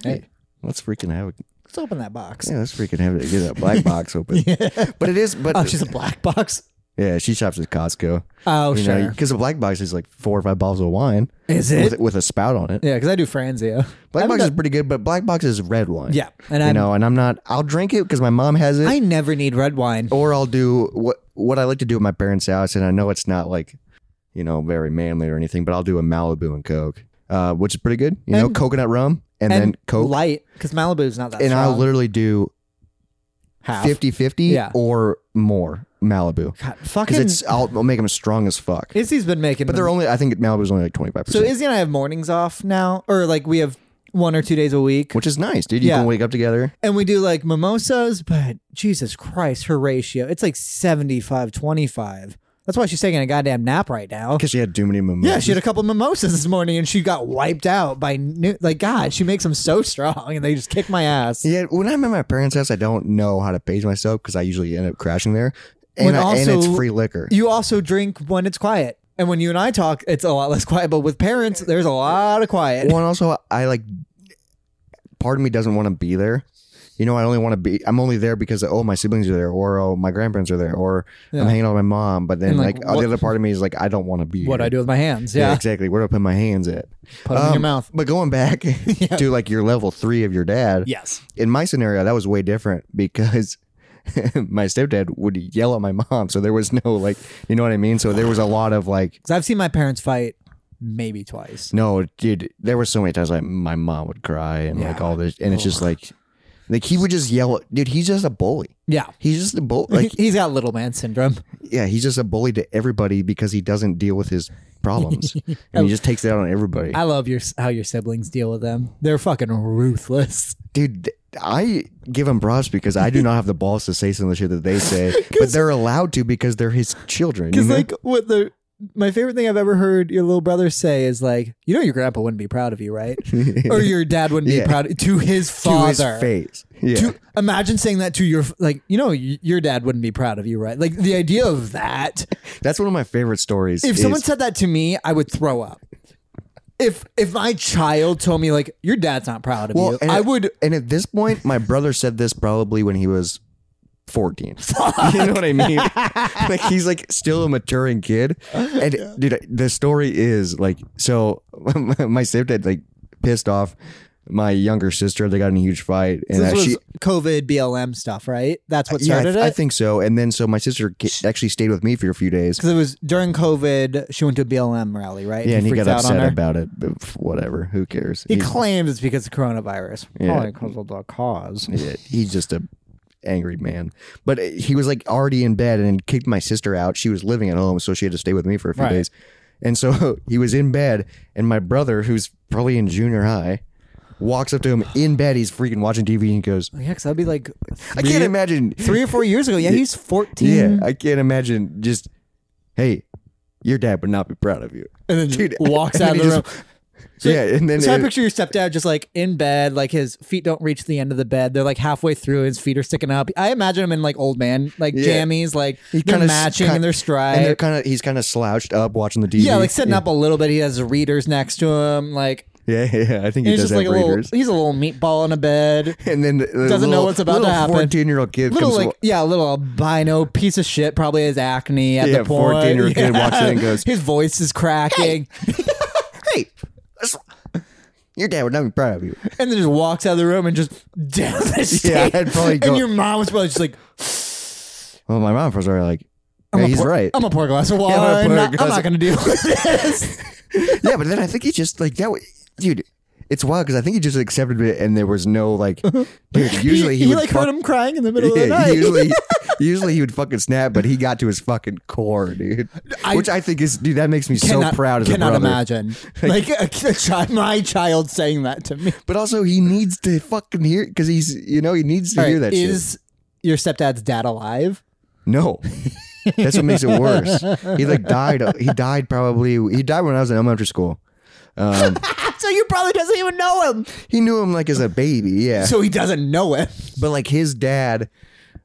Speaker 2: "Hey,
Speaker 1: Hey.
Speaker 2: let's freaking have it.
Speaker 1: Let's open that box.
Speaker 2: Yeah, let's freaking have it. Get that black box open." But it is.
Speaker 1: <laughs>
Speaker 2: But
Speaker 1: Oh, she's a black box.
Speaker 2: yeah, she shops at Costco.
Speaker 1: Oh,
Speaker 2: you
Speaker 1: sure.
Speaker 2: know, because a black box is like four or five bottles of wine
Speaker 1: Is it?
Speaker 2: with, with a spout on it.
Speaker 1: Yeah, because I do Franzia.
Speaker 2: Black
Speaker 1: I'm
Speaker 2: box
Speaker 1: not-
Speaker 2: is pretty good, but black box is red wine.
Speaker 1: Yeah, and
Speaker 2: you
Speaker 1: I'm-
Speaker 2: know, and I'm not. I'll drink it because my mom has it.
Speaker 1: I never need red wine.
Speaker 2: or I'll do what what I like to do at my parents' house, and I know it's not like you know very manly or anything, but I'll do a Malibu and Coke, uh, which is pretty good. You know,
Speaker 1: And-
Speaker 2: coconut rum and,
Speaker 1: and
Speaker 2: then Coke,
Speaker 1: light because Malibu's not that.
Speaker 2: and I'll
Speaker 1: strong.
Speaker 2: literally do
Speaker 1: half.
Speaker 2: 50 50
Speaker 1: Yeah.
Speaker 2: or more Malibu
Speaker 1: God,
Speaker 2: because
Speaker 1: fucking
Speaker 2: it's I'll, I'll make them strong as fuck.
Speaker 1: Izzy's been making.
Speaker 2: But they're only I think Malibu's only like twenty five
Speaker 1: so
Speaker 2: percent,
Speaker 1: Izzy and I have mornings off now, or like we have one or two days a week,
Speaker 2: which is nice, dude. You
Speaker 1: Yeah.
Speaker 2: can wake up together.
Speaker 1: and we do like mimosas. But Jesus Christ, her ratio it's like 75 25. That's why she's taking a goddamn nap right now.
Speaker 2: Because she had too many mimosas.
Speaker 1: Yeah, she had a couple mimosas this morning, and she got wiped out by new. Like God, she makes them so strong, and they just kick my ass.
Speaker 2: Yeah, when I'm at my parents' house, I don't know how to pace myself because I usually end up crashing there, and,
Speaker 1: When
Speaker 2: I, and
Speaker 1: also-
Speaker 2: it's free liquor.
Speaker 1: you also drink when it's quiet. And when you and I talk, it's a lot less quiet. But with parents, there's a lot of quiet.
Speaker 2: Well, and also I like. Part of me doesn't want to be there you know, I only want to be, I'm only there because, oh, my siblings are there, or oh, my grandparents are there, or
Speaker 1: Yeah.
Speaker 2: I'm hanging out with my mom. But then,
Speaker 1: And,
Speaker 2: like,
Speaker 1: like,
Speaker 2: oh,
Speaker 1: what-
Speaker 2: the other part of me is like, I don't want to be
Speaker 1: What
Speaker 2: here.
Speaker 1: I do with my hands. Yeah. Um,
Speaker 2: exactly. Where do I put my hands at? Um,
Speaker 1: Put 'em in your mouth.
Speaker 2: But going
Speaker 1: <laughs>
Speaker 2: back to like your level three of your dad,
Speaker 1: Yes.
Speaker 2: in my scenario, that was way different because <laughs> my stepdad would yell at my mom. So there was no, like, you know what I mean? So there was a lot of like,
Speaker 1: Because I've seen my parents fight maybe twice.
Speaker 2: no, dude, there were so many times like my mom would cry and like all this. And it's just like, like he would just yell, at- dude, he's just a bully.
Speaker 1: Yeah.
Speaker 2: He's just
Speaker 1: <laughs>
Speaker 2: a bully. Like,
Speaker 1: he's got little man syndrome.
Speaker 2: yeah, he's just a bully to everybody because he doesn't deal with his
Speaker 1: <laughs>
Speaker 2: problems. and he just takes it out on everybody.
Speaker 1: I love your how your siblings deal with them. They're fucking ruthless. <laughs>
Speaker 2: dude th- i give him props because i do not have the balls to say some of the shit that they say
Speaker 1: <laughs>
Speaker 2: but they're allowed to because they're his children you
Speaker 1: Because
Speaker 2: know?
Speaker 1: like what the my favorite thing I've ever heard your little brother say is like, you know, your grandpa wouldn't be proud of you,
Speaker 2: <laughs>
Speaker 1: right? or your dad wouldn't
Speaker 2: Yeah.
Speaker 1: be proud to his
Speaker 2: to
Speaker 1: father.
Speaker 2: his face yeah
Speaker 1: To- imagine saying that to your like, you know, y- your dad wouldn't be proud of you, right? Like the idea of
Speaker 2: <laughs>
Speaker 1: that.
Speaker 2: that's one of my favorite stories
Speaker 1: If
Speaker 2: is-
Speaker 1: someone said that to me, I would throw up. If if my child told me like your dad's not proud of you,
Speaker 2: and
Speaker 1: I
Speaker 2: at-
Speaker 1: would
Speaker 2: and at this point my brother said this probably when he was
Speaker 1: <laughs>
Speaker 2: 14 you know what i mean like he's like still a maturing kid and dude the story is like so <laughs> my stepdad like pissed off my younger sister they got in a huge fight and
Speaker 1: This
Speaker 2: uh,
Speaker 1: was
Speaker 2: she Uh,
Speaker 1: COVID BLM stuff, right? That's what started
Speaker 2: I, th- I
Speaker 1: it.
Speaker 2: think so. And then so my sister ca- actually stayed with me for a few days.
Speaker 1: Because it was during COVID, she went to a BLM rally, right?
Speaker 2: Yeah, and he
Speaker 1: freaked
Speaker 2: got
Speaker 1: out on
Speaker 2: upset
Speaker 1: her.
Speaker 2: about it. But pff, whatever, who cares?
Speaker 1: He
Speaker 2: He-
Speaker 1: claims it's because of coronavirus.
Speaker 2: Yeah.
Speaker 1: Probably because of the cause.
Speaker 2: yeah, he's just a angry man. But uh, he was like already in bed and kicked my sister out. She was living at home, so she had to stay with me for a few
Speaker 1: Right.
Speaker 2: days. And so <laughs> he was in bed, and my brother, who's probably in junior high, walks up to him in bed. He's freaking watching TV, and he goes,
Speaker 1: Yeah, because that'd be like
Speaker 2: "I
Speaker 1: three-
Speaker 2: can't
Speaker 1: <laughs>
Speaker 2: imagine
Speaker 1: three Mm-hmm. or four years ago. Yeah, he's fourteen.
Speaker 2: <laughs> Yeah, I can't imagine just, hey, your dad would not be proud of you.
Speaker 1: and then
Speaker 2: Dude, <laughs>
Speaker 1: walks
Speaker 2: and
Speaker 1: out of
Speaker 2: he
Speaker 1: the room.
Speaker 2: just- <laughs> yeah, and then
Speaker 1: So I
Speaker 2: it-
Speaker 1: picture your stepdad just like in bed, like his feet don't reach the end of the bed. They're like halfway through, his feet are sticking up. I imagine him in like old man, like
Speaker 2: Yeah.
Speaker 1: jammies, like they're
Speaker 2: kinda s-
Speaker 1: matching in
Speaker 2: kin-
Speaker 1: their
Speaker 2: and they're
Speaker 1: stride.
Speaker 2: kind of he's kind of slouched up watching the TV.
Speaker 1: Yeah, like sitting up a little bit. He has readers next to him, like
Speaker 2: Yeah, <laughs> yeah. I think he
Speaker 1: He's
Speaker 2: does
Speaker 1: just
Speaker 2: have
Speaker 1: like a little.
Speaker 2: readers.
Speaker 1: He's a little meatball in a bed.
Speaker 2: <laughs> and then the, the
Speaker 1: doesn't know
Speaker 2: little-
Speaker 1: what's about to
Speaker 2: little
Speaker 1: happen.
Speaker 2: Fourteen year old kid
Speaker 1: Little
Speaker 2: comes.
Speaker 1: like yeah, a little albino piece of shit. Probably has acne at
Speaker 2: Yeah,
Speaker 1: the point.
Speaker 2: 14-year-old kid walks in and goes,
Speaker 1: His voice is cracking,
Speaker 2: hey, that's- <laughs> your dad would not be proud of you.
Speaker 1: and then just walks out of the room and just
Speaker 2: <laughs>
Speaker 1: devastated.
Speaker 2: I'd probably go-
Speaker 1: and your mom was probably just like,
Speaker 2: Well, my mom was already like,
Speaker 1: I'm
Speaker 2: "Hey,
Speaker 1: a Oh.
Speaker 2: he's
Speaker 1: pour- <laughs>
Speaker 2: right.
Speaker 1: I'm a pour a
Speaker 2: <laughs>
Speaker 1: glass of wine.
Speaker 2: I'm gonna
Speaker 1: I'm,
Speaker 2: pour a
Speaker 1: not,
Speaker 2: glass of-
Speaker 1: going to deal
Speaker 2: <laughs>
Speaker 1: with this.
Speaker 2: yeah, but then I think he just like that. wa- Dude, it's wild because I think he just accepted it, and there was no
Speaker 1: <laughs>
Speaker 2: like. Dude, usually he, would
Speaker 1: like
Speaker 2: fuck-
Speaker 1: heard him crying in the middle of the
Speaker 2: <laughs> Yeah,
Speaker 1: night. <laughs>
Speaker 2: usually, usually he would fucking snap, but he got to his fucking core, dude.
Speaker 1: I-
Speaker 2: Which I think is, dude, that makes me
Speaker 1: cannot,
Speaker 2: so proud as a
Speaker 1: cannot
Speaker 2: brother. <laughs>
Speaker 1: imagine like a, a <laughs> child, my child saying that to me.
Speaker 2: But also, he needs to fucking hear because he's, you know, he needs to
Speaker 1: All
Speaker 2: hear
Speaker 1: right,
Speaker 2: that shit.
Speaker 1: is your stepdad's dad alive?
Speaker 2: No, that's what makes it worse. He like died. uh, He died probably. He died when I was in elementary school.
Speaker 1: <laughs> so you probably doesn't even know him.
Speaker 2: He knew him like as a
Speaker 1: <laughs>
Speaker 2: baby. Yeah,
Speaker 1: So he doesn't know it.
Speaker 2: but like his dad.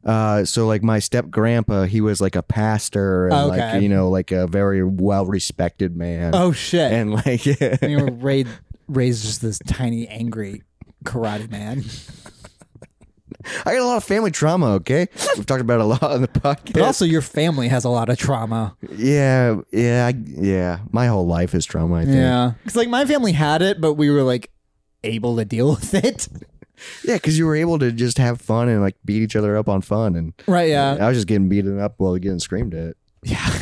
Speaker 2: Uh, so like my step grandpa, he was like a pastor and like
Speaker 1: Oh, Okay.
Speaker 2: you know like a very well respected man.
Speaker 1: Oh shit! And
Speaker 2: and like
Speaker 1: <laughs>
Speaker 2: <laughs>
Speaker 1: you were raised, raised just this tiny, angry karate man.
Speaker 2: I got a lot of family trauma, okay? We've talked about it a lot on the
Speaker 1: But
Speaker 2: podcast.
Speaker 1: also, your family has a lot of trauma.
Speaker 2: yeah, yeah, I, yeah. My whole life is trauma, I think. Yeah,
Speaker 1: Yeah, because like my family had it, but we were like able to deal <laughs> with it.
Speaker 2: because you were able to just have fun and like beat each other up on fun. And
Speaker 1: Right? Yeah.
Speaker 2: I was just getting beaten up while getting screamed at.
Speaker 1: Yeah. <laughs>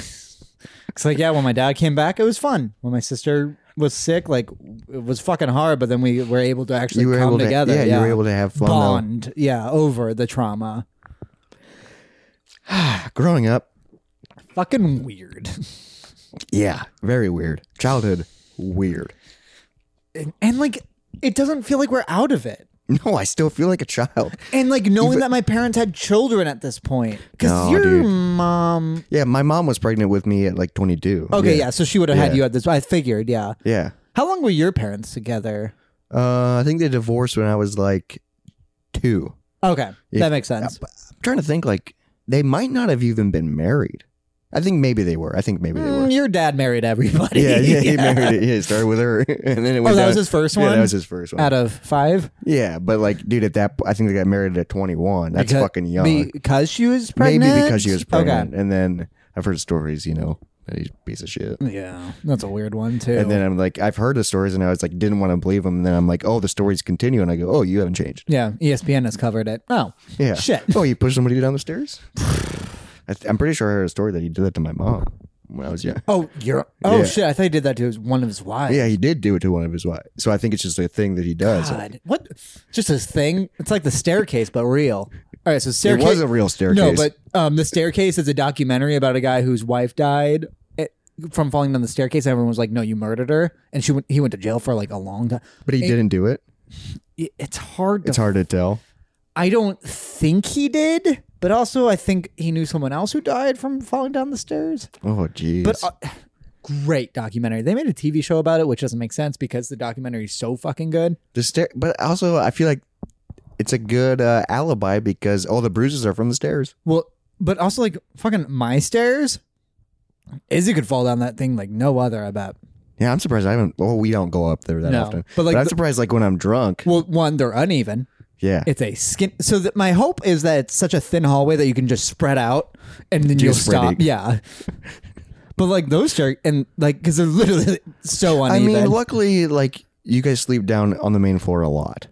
Speaker 1: It's like, yeah, when my dad came back, it was fun. When my sister was sick, like it was fucking hard, but then we were able to actually
Speaker 2: You were
Speaker 1: come
Speaker 2: able
Speaker 1: together.
Speaker 2: to, yeah, you were able to have fun. though.
Speaker 1: bond. Yeah, over the trauma.
Speaker 2: <sighs> Growing up,
Speaker 1: Fucking weird. <laughs>
Speaker 2: yeah, very weird. Childhood, weird. <laughs>
Speaker 1: And, and like it doesn't feel like we're out of it.
Speaker 2: No, I still feel like a child.
Speaker 1: And like knowing that my parents had children at this point. Because
Speaker 2: No,
Speaker 1: your
Speaker 2: dude.
Speaker 1: mom
Speaker 2: Yeah, my mom was pregnant with me at like 22.
Speaker 1: Okay, yeah. so she would have had
Speaker 2: Yeah.
Speaker 1: you at this I figured, yeah.
Speaker 2: yeah.
Speaker 1: How long were your parents together?
Speaker 2: Uh, I think they divorced when I was like two.
Speaker 1: Okay.
Speaker 2: Yeah.
Speaker 1: That makes sense.
Speaker 2: I'm trying to think like they might not have even been married. I think maybe they were. I think maybe they were.
Speaker 1: Mm, <laughs> your dad married everybody.
Speaker 2: Yeah, yeah,
Speaker 1: <laughs>
Speaker 2: he married it. Yeah, he started with her, <laughs> and then it went
Speaker 1: Oh, that
Speaker 2: down-
Speaker 1: was his first
Speaker 2: Yeah,
Speaker 1: one?
Speaker 2: that was his first one.
Speaker 1: Out of five,
Speaker 2: yeah, but like, dude, at that, po- I think they got married at 21. That's
Speaker 1: Because-
Speaker 2: fucking young.
Speaker 1: because she was
Speaker 2: Maybe
Speaker 1: pregnant.
Speaker 2: because she was pregnant, and then I've heard stories, you know, that he's a piece of shit.
Speaker 1: Okay. Yeah, that's a weird one too.
Speaker 2: And then I'm like, I've heard the stories, and I was like, didn't want to believe them. And then I'm like, oh, the stories continue, and I go, oh, you haven't changed.
Speaker 1: yeah, E ESPN has covered it. Oh,
Speaker 2: Yeah.
Speaker 1: Shit.
Speaker 2: <laughs> Oh, you pushed somebody down
Speaker 1: <laughs>
Speaker 2: the stairs. I th- I'm pretty sure I heard a story that he did that to my mom when I was young.
Speaker 1: oh, you're. Oh
Speaker 2: Yeah.
Speaker 1: shit! I thought he did that to his, one of his wives.
Speaker 2: Yeah, he did do it to one of his wives. So I think it's just a thing that he does.
Speaker 1: God, what? Just this thing. It's like the staircase, but real. All right, so
Speaker 2: It
Speaker 1: staircase.
Speaker 2: was a real staircase.
Speaker 1: No, but um, the staircase is a documentary about a guy whose wife died eh, from falling down the staircase. Everyone was like, "No, you murdered her," and she went, he went to jail for like a long time.
Speaker 2: but he didn't do it.
Speaker 1: It- It's hard. To,
Speaker 2: It's hard to tell.
Speaker 1: I don't think he did, but also I think he knew someone else who died from falling down the stairs.
Speaker 2: Oh, jeez.
Speaker 1: But uh, great documentary. They made a TV show about it, which doesn't make sense because the documentary is so fucking good.
Speaker 2: the stair. But also, I feel like it's a good uh, alibi because all the bruises are from the stairs.
Speaker 1: Well, but also like fucking my stairs. Izzy could fall down that thing like no other. I bet.
Speaker 2: Yeah, I'm surprised I haven't. Well, we don't go up there that
Speaker 1: No,
Speaker 2: often.
Speaker 1: but,
Speaker 2: But
Speaker 1: like,
Speaker 2: like, I'm
Speaker 1: the-
Speaker 2: surprised like when I'm drunk.
Speaker 1: Well, one they're uneven.
Speaker 2: yeah,
Speaker 1: It's a skin. So that my hope is that it's such a thin hallway that you can just spread out and then you'll
Speaker 2: spread
Speaker 1: stop.
Speaker 2: eagle.
Speaker 1: Yeah. <laughs> But like those jerk and like because they're literally so
Speaker 2: I
Speaker 1: uneven.
Speaker 2: mean, luckily, like you guys sleep down on the main floor a lot,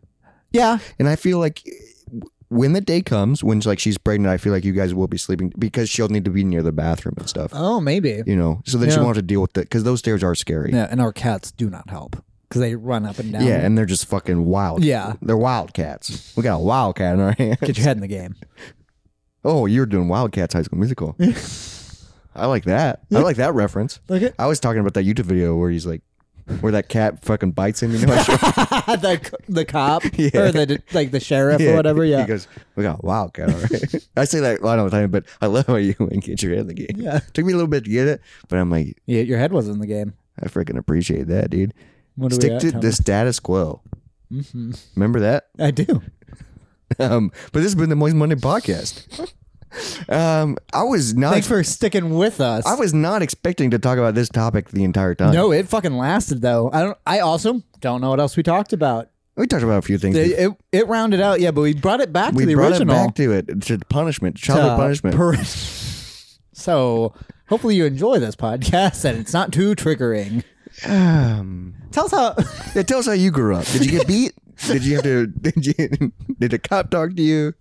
Speaker 1: yeah,
Speaker 2: and I feel like when the day comes when like she's pregnant, I feel like you guys will be sleeping because she'll need to be near the bathroom and stuff.
Speaker 1: Oh, maybe.
Speaker 2: you know, so then she
Speaker 1: Yeah.
Speaker 2: won't have to deal with it because those stairs are scary.
Speaker 1: Yeah, and our cats do not help because they run up and down.
Speaker 2: Yeah, and they're just fucking wild.
Speaker 1: Yeah.
Speaker 2: They're wildcats. We got a wildcat in our <laughs> hand.
Speaker 1: Get your head in the game.
Speaker 2: Oh, you were doing Wildcats High
Speaker 1: <laughs>
Speaker 2: School Musical. I like that. I like that reference.
Speaker 1: Look at
Speaker 2: I was talking about that YouTube video where he's like, where that cat fucking bites
Speaker 1: <laughs>
Speaker 2: him. You know, I showed-
Speaker 1: <laughs> the c- the cop
Speaker 2: <laughs> Yeah.
Speaker 1: or the like the sheriff or whatever. Yeah,
Speaker 2: <laughs> He goes, we got a Wildcat. All right. <laughs> I say that a lot of the time, but I love how you <laughs> went get your head in the game.
Speaker 1: Yeah.
Speaker 2: Took me a little bit to get it, but I'm like,
Speaker 1: yeah. Your head was in the game.
Speaker 2: I freaking appreciate that, dude.
Speaker 1: What do we
Speaker 2: Stick
Speaker 1: got, Mm-hmm.
Speaker 2: to
Speaker 1: Tom?
Speaker 2: the status quo. Remember that? <laughs>
Speaker 1: I do.
Speaker 2: Um, but this has been the Moist
Speaker 1: <laughs>
Speaker 2: Monday podcast. um, I was not.
Speaker 1: Thanks for sticking with us.
Speaker 2: I was not expecting to talk about this topic the entire time.
Speaker 1: no, it fucking lasted though. I don't. I also don't know what else we talked about.
Speaker 2: We talked about a few things.
Speaker 1: It it, it rounded out, yeah, but we brought it back
Speaker 2: we
Speaker 1: to the
Speaker 2: brought
Speaker 1: original.
Speaker 2: it back to it to punishment, childhood
Speaker 1: uh,
Speaker 2: punishment.
Speaker 1: per- <laughs> so hopefully you enjoy this podcast and it's not too triggering.
Speaker 2: um,
Speaker 1: Tell us how. <laughs>
Speaker 2: yeah, tell us how you grew up. Did you get beat? did you have to? <laughs> Did you? Did a cop talk to you?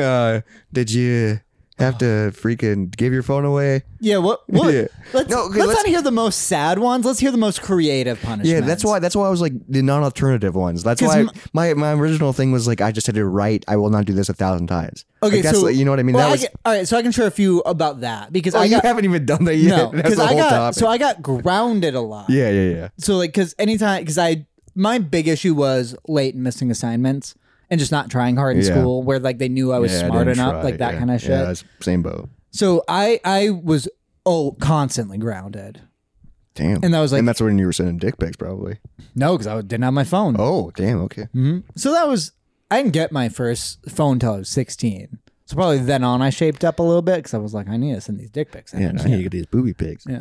Speaker 2: Uh, did you have to freaking give your phone away?
Speaker 1: Yeah, what? what
Speaker 2: Yeah.
Speaker 1: Let's,
Speaker 2: No, okay,
Speaker 1: let's,
Speaker 2: let's-
Speaker 1: not hear the most sad ones. Let's hear the most creative punishments.
Speaker 2: Yeah, that's why. That's why I was like the non-alternative ones. That's
Speaker 1: 'Cause
Speaker 2: why
Speaker 1: m-
Speaker 2: my my original thing was like I just had to write. I will not do this a thousand times.
Speaker 1: Okay,
Speaker 2: Like, that's
Speaker 1: so
Speaker 2: like- you know what I mean.
Speaker 1: Well,
Speaker 2: that
Speaker 1: I
Speaker 2: was.
Speaker 1: get- all right, so I can share a few about that because
Speaker 2: oh,
Speaker 1: I
Speaker 2: you
Speaker 1: got
Speaker 2: <laughs> haven't even done that yet.
Speaker 1: <laughs>
Speaker 2: <laughs>
Speaker 1: no
Speaker 2: that's
Speaker 1: because
Speaker 2: the
Speaker 1: I
Speaker 2: whole
Speaker 1: got
Speaker 2: topic.
Speaker 1: so I got grounded a lot.
Speaker 2: yeah, yeah, yeah.
Speaker 1: So like, because anytime because I my big issue was late and missing assignments and just not trying hard in
Speaker 2: Yeah.
Speaker 1: school where like they knew I was
Speaker 2: Yeah, I
Speaker 1: smart
Speaker 2: didn't
Speaker 1: enough
Speaker 2: try.
Speaker 1: like that
Speaker 2: Yeah.
Speaker 1: kind of shit.
Speaker 2: Yeah, that's same boat.
Speaker 1: So I I was oh constantly grounded.
Speaker 2: Damn.
Speaker 1: And that was like-
Speaker 2: and that's when you were sending dick pics, probably.
Speaker 1: No, because I didn't have my phone.
Speaker 2: Oh, damn. Okay.
Speaker 1: Mm-hmm. So that was I didn't get my first phone till I was sixteen. So probably then on I shaped up a little bit because I was like I need to send these dick pics.
Speaker 2: Yeah, now you get these booby pics. <laughs>
Speaker 1: Yeah.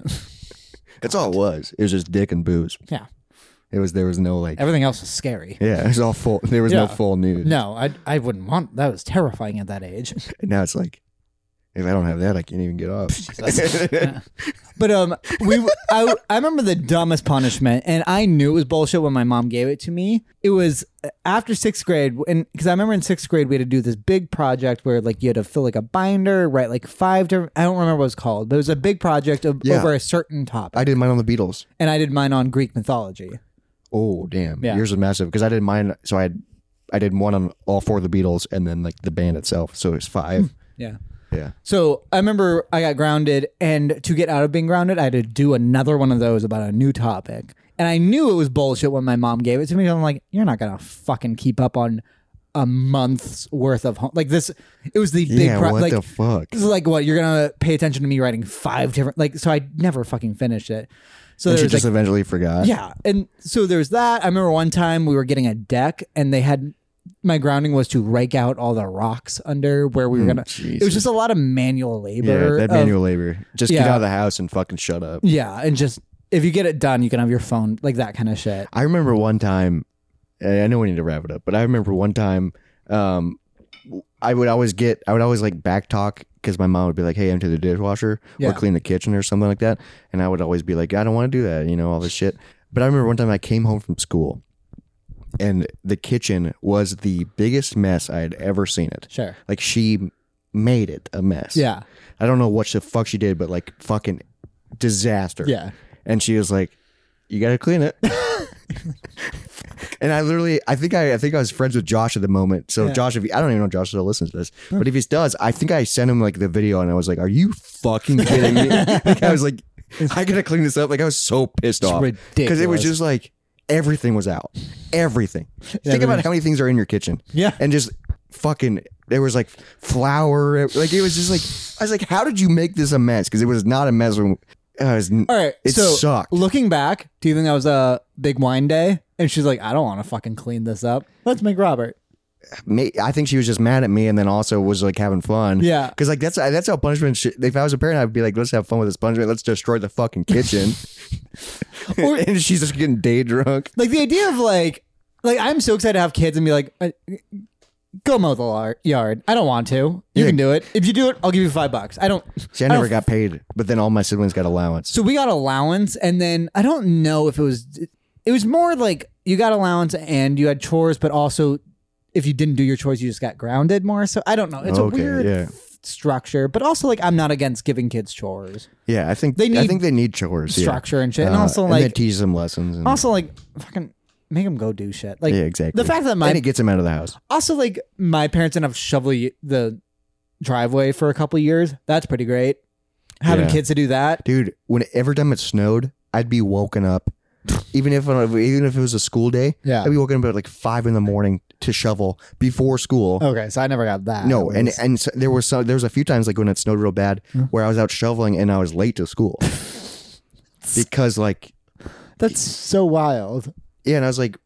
Speaker 2: That's all it was. It was just dick and booze.
Speaker 1: yeah.
Speaker 2: It was there was no like.
Speaker 1: Everything else was scary.
Speaker 2: Yeah, it was all full. There was no
Speaker 1: Yeah.
Speaker 2: full nude.
Speaker 1: No, I I wouldn't want that was terrifying at that age.
Speaker 2: And now it's like, if I don't have that, I can't even
Speaker 1: <laughs>
Speaker 2: get off.
Speaker 1: But um, we I, I remember the dumbest punishment, and I knew it was bullshit when my mom gave it to me. It was uh, after sixth grade, and because I remember in sixth grade we had to do this big project where like you had to fill like a binder, write like five different. I don't remember what it was called, but it was a big project of,
Speaker 2: Yeah.
Speaker 1: over a certain topic,
Speaker 2: <laughs> I did mine on the Beatles.
Speaker 1: and I did mine on Greek mythology.
Speaker 2: Oh, damn.
Speaker 1: Yeah.
Speaker 2: Yours was massive because I did mine. So I had, I did one on all four of the Beatles and then like the band itself. So it's five.
Speaker 1: Yeah.
Speaker 2: yeah.
Speaker 1: So I remember I got grounded, and to get out of being grounded, I had to do another one of those about a new topic. And I knew it was bullshit when my mom gave it to me. I'm like, you're not gonna fucking keep up on a month's worth of home. like this. It was the big
Speaker 2: Yeah.
Speaker 1: pro-
Speaker 2: what
Speaker 1: like
Speaker 2: the fuck?
Speaker 1: this is like what you're gonna pay attention to me writing five different like. So I never fucking finished it. So
Speaker 2: And
Speaker 1: there's
Speaker 2: she
Speaker 1: like,
Speaker 2: just eventually forgot.
Speaker 1: yeah, and so there's that. I remember one time we were getting a deck, and they had my grounding was to rake out all the rocks under where we were gonna. It was just a lot of manual
Speaker 2: Hmm, yeah,
Speaker 1: labor.
Speaker 2: that
Speaker 1: of-
Speaker 2: manual labor. Just get
Speaker 1: Yeah.
Speaker 2: out of the house and fucking shut up.
Speaker 1: yeah, and just if you get it done, you can have your phone like that kind of shit.
Speaker 2: I remember one time. I I know we need to wrap it up, but I remember one time. Um, I would always get. I would always like back talk because my mom would be like, "Hey, empty the dishwasher
Speaker 1: Yeah.
Speaker 2: or clean the kitchen or something like that," and I would always be like, "I don't want to do that," you know, all this shit. But I remember one time I came home from school, and the kitchen was the biggest mess I had ever seen it.
Speaker 1: Sure.
Speaker 2: Like she made it a mess.
Speaker 1: Yeah.
Speaker 2: I don't know what the fuck she did, but like fucking disaster.
Speaker 1: Yeah.
Speaker 2: And she was like, "You gotta
Speaker 1: <laughs>
Speaker 2: clean it." and I literally, I think I, I think I was friends with Josh at the moment. So
Speaker 1: Yeah.
Speaker 2: Josh, if he, I don't even know if Josh still listens to this, but if he does, I think I sent him like the video, and I was like, "Are you fucking
Speaker 1: <laughs>
Speaker 2: kidding me?" like I was like, "I gotta clean this up." Like I was so pissed off because it was
Speaker 1: ridiculous.
Speaker 2: just like everything was out, everything. think about
Speaker 1: Everything's-
Speaker 2: how many things are in your kitchen.
Speaker 1: Yeah.
Speaker 2: and just fucking. There was like flour, like it was just like I was like, how did you make this a mess? Because it was not a mess when uh, it was n-
Speaker 1: All right.
Speaker 2: It
Speaker 1: so
Speaker 2: sucked.
Speaker 1: looking back, do you think that was a big wine day? And she's like, I don't want to fucking clean this up. Let's make Robert.
Speaker 2: ma- I think she was just mad at me, and then also was like having fun.
Speaker 1: Yeah.
Speaker 2: because like that's that's how punishment. Should, if I was a parent, I'd be like, let's have fun with this punishment. Let's destroy the fucking kitchen.
Speaker 1: <laughs> Or-
Speaker 2: <laughs> and she's just getting day drunk.
Speaker 1: Like the idea of like, like I'm so excited to have kids and be like, I- go mow the lar- yard. I don't want to. You
Speaker 2: Yeah.
Speaker 1: can do it. If you do it, I'll give you five bucks. I don't.
Speaker 2: See, I
Speaker 1: don't
Speaker 2: never got paid, but then all my siblings got allowance.
Speaker 1: So we got allowance, and then I don't know if it was. It was more like you got allowance and you had chores, but also if you didn't do your chores, you just got grounded more. So I don't know. It's
Speaker 2: Okay,
Speaker 1: a weird
Speaker 2: yeah.
Speaker 1: structure, but also like I'm not against giving kids chores,
Speaker 2: Yeah, I think
Speaker 1: They
Speaker 2: they need, I
Speaker 1: need
Speaker 2: think they need chores. yeah.
Speaker 1: structure and shit, and
Speaker 2: Uh,
Speaker 1: also
Speaker 2: and they
Speaker 1: like
Speaker 2: teach them lessons. And,
Speaker 1: also like fucking make them go do shit. Like
Speaker 2: yeah, exactly.
Speaker 1: the fact that my
Speaker 2: and it gets them out of the house.
Speaker 1: also like my parents didn't have shovel y- the driveway for a couple years. That's pretty great. Having
Speaker 2: Yeah.
Speaker 1: kids to do that.
Speaker 2: dude. When every time it snowed, I'd be woken
Speaker 1: <laughs>
Speaker 2: up, even if uh, even if it was a school day.
Speaker 1: Yeah.
Speaker 2: I'd be woken up at like five in the morning to shovel before school.
Speaker 1: Okay, so I never got Oh, that.
Speaker 2: no,
Speaker 1: at
Speaker 2: and
Speaker 1: least.
Speaker 2: and so there was some, there was a few times like when it snowed real bad where I was out shoveling and I was late to
Speaker 1: <laughs>
Speaker 2: school because like
Speaker 1: that's so wild.
Speaker 2: yeah, and I was like,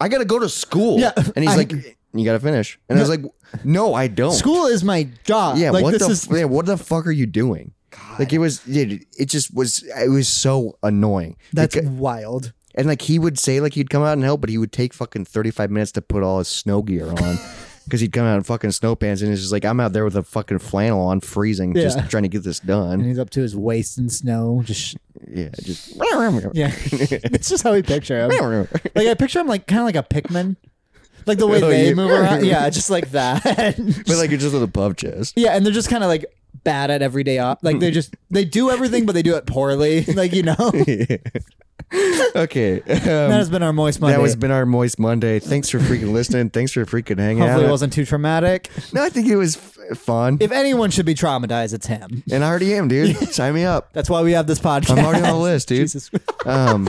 Speaker 2: I gotta go to school.
Speaker 1: Yeah,
Speaker 2: and he's
Speaker 1: I-
Speaker 2: like, you gotta finish, and I was like, no, I don't.
Speaker 1: School is my job.
Speaker 2: Oh. Yeah,
Speaker 1: like
Speaker 2: what
Speaker 1: this
Speaker 2: the
Speaker 1: is
Speaker 2: f- yeah, what the fuck are you doing? Like it was, dude, it just was. It was so annoying.
Speaker 1: that's
Speaker 2: Beca-
Speaker 1: wild.
Speaker 2: And like he would say, like he'd come out and help, but he would take fucking thirty five minutes to put all his snow
Speaker 1: <laughs>
Speaker 2: gear on because he'd come out in fucking snow pants, and it's just like I'm out there with a fucking flannel on, freezing,
Speaker 1: Yeah.
Speaker 2: just trying to get this
Speaker 1: And
Speaker 2: done.
Speaker 1: he's up to his waist in snow. Just sh-
Speaker 2: Yeah, just
Speaker 1: <laughs> yeah, <laughs> it's just how we picture him. Like I picture him like kind of like a Pikmin, like the way
Speaker 2: Oh,
Speaker 1: they
Speaker 2: yeah.
Speaker 1: move
Speaker 2: <laughs>
Speaker 1: around. Yeah, just like that. <laughs>
Speaker 2: but like it's just with a pub chest.
Speaker 1: yeah, and they're just kind of like bad at everyday op. Like they just they do everything, but they do it poorly. <laughs> Like you know,
Speaker 2: okay, <laughs> um,
Speaker 1: that has been our moist Monday.
Speaker 2: that was been our moist Monday. Thanks for freaking listening. Thanks for freaking hanging
Speaker 1: Hopefully, it
Speaker 2: out.
Speaker 1: wasn't too traumatic.
Speaker 2: no, I think it was f- fun,
Speaker 1: If anyone should be traumatized, it's him.
Speaker 2: and I already am, dude. Sign me
Speaker 1: <laughs>
Speaker 2: up.
Speaker 1: That's why we have this podcast. <laughs>
Speaker 2: I'm already on the list, dude.
Speaker 1: Jesus.
Speaker 2: Um,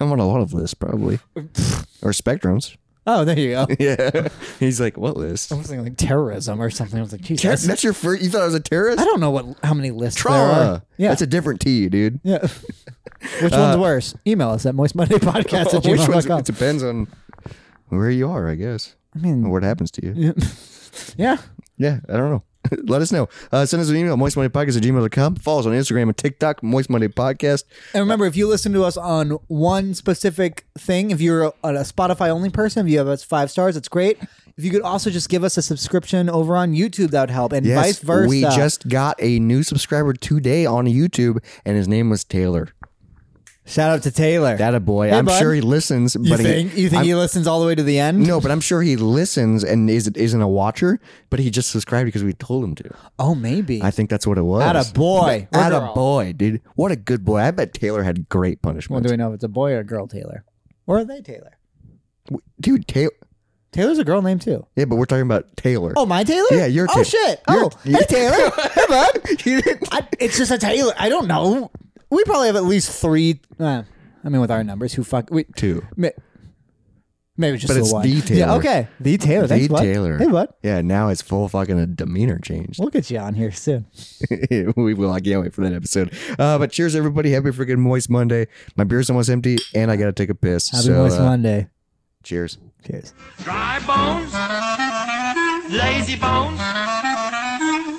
Speaker 2: I'm on a lot of
Speaker 1: <laughs>
Speaker 2: lists probably, or spectrums.
Speaker 1: Oh, there you go.
Speaker 2: <laughs> Yeah, he's like, what list?
Speaker 1: I was thinking like terrorism or something. I was like, Jesus.
Speaker 2: That's your first. You thought I was a terrorist?
Speaker 1: I don't know what how many lists there are.
Speaker 2: Trauma.
Speaker 1: Yeah.
Speaker 2: that's a different T, dude.
Speaker 1: <laughs> yeah. Which one's worse? Email us at
Speaker 2: <laughs>
Speaker 1: moistmondaypodcast at
Speaker 2: Which
Speaker 1: <laughs>
Speaker 2: one's-
Speaker 1: gmail.com.
Speaker 2: It depends on where you are, I guess,
Speaker 1: I
Speaker 2: or
Speaker 1: mean,
Speaker 2: what happens to you.
Speaker 1: yeah.
Speaker 2: Yeah, I don't know. <laughs> Let us know. Uh, send us an email, moistmoneypodcast at gmail.com. Follow us on Instagram and TikTok, Moist Monday Podcast.
Speaker 1: And remember, if you listen to us on one specific thing, if you're a, a Spotify only person, if you have us five stars, it's great. If you could also just give us a subscription over on YouTube, that would help, and vice versa.
Speaker 2: we just got a new subscriber today on YouTube, and his name was Taylor.
Speaker 1: shout out to Taylor.
Speaker 2: That a boy. I'm
Speaker 1: bud.
Speaker 2: sure he listens, but
Speaker 1: you
Speaker 2: he-
Speaker 1: think you think he listens all the way to the end?
Speaker 2: No, but I'm sure he listens and is, isn't a watcher, but he just subscribed because we told him to.
Speaker 1: Oh, maybe.
Speaker 2: I think that's what it was.
Speaker 1: At a boy.
Speaker 2: At a
Speaker 1: girl.
Speaker 2: boy, dude. What a good boy. I bet Taylor had great
Speaker 1: Well, do
Speaker 2: punishment.
Speaker 1: we know if it's a boy or a girl, Taylor? Or are they Taylor?
Speaker 2: Dude, Taylor.
Speaker 1: Taylor's a girl name too.
Speaker 2: Yeah, but we're talking about Taylor.
Speaker 1: Oh, my Taylor?
Speaker 2: Yeah, your
Speaker 1: Oh,
Speaker 2: Taylor.
Speaker 1: shit.
Speaker 2: Your-
Speaker 1: oh, hey, Taylor. hey, bud.
Speaker 2: <laughs> You didn't-
Speaker 1: <laughs> I, it's just a Taylor. I don't know. We probably have at least three. Uh, I mean, with our numbers, who fuck? We,
Speaker 2: Two.
Speaker 1: ma- maybe just
Speaker 2: But
Speaker 1: the
Speaker 2: it's
Speaker 1: one.
Speaker 2: the
Speaker 1: Yeah,
Speaker 2: Taylor.
Speaker 1: okay. The Taylor. Thanks,
Speaker 2: The
Speaker 1: bud.
Speaker 2: Taylor.
Speaker 1: Hey, bud.
Speaker 2: Yeah, now it's full fucking a demeanor change. <laughs>
Speaker 1: We'll get you on here soon.
Speaker 2: we will. I can't wait for that episode. Uh, but cheers, everybody. Happy freaking Moist Monday. My beer's almost empty, and I got to take a piss.
Speaker 1: Happy
Speaker 2: so,
Speaker 1: Moist
Speaker 2: uh,
Speaker 1: Monday.
Speaker 2: Cheers.
Speaker 1: Cheers.
Speaker 3: Dry bones, lazy bones,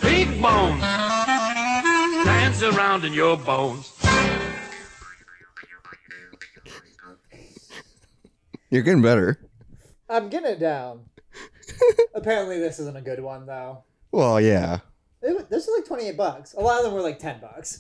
Speaker 3: big bones, dance around in your bones.
Speaker 2: You're getting better.
Speaker 1: I'm getting it down. <laughs> Apparently, this isn't a good one though.
Speaker 2: Well, yeah.
Speaker 1: It, this is like 28 bucks. A lot of them were like 10 bucks.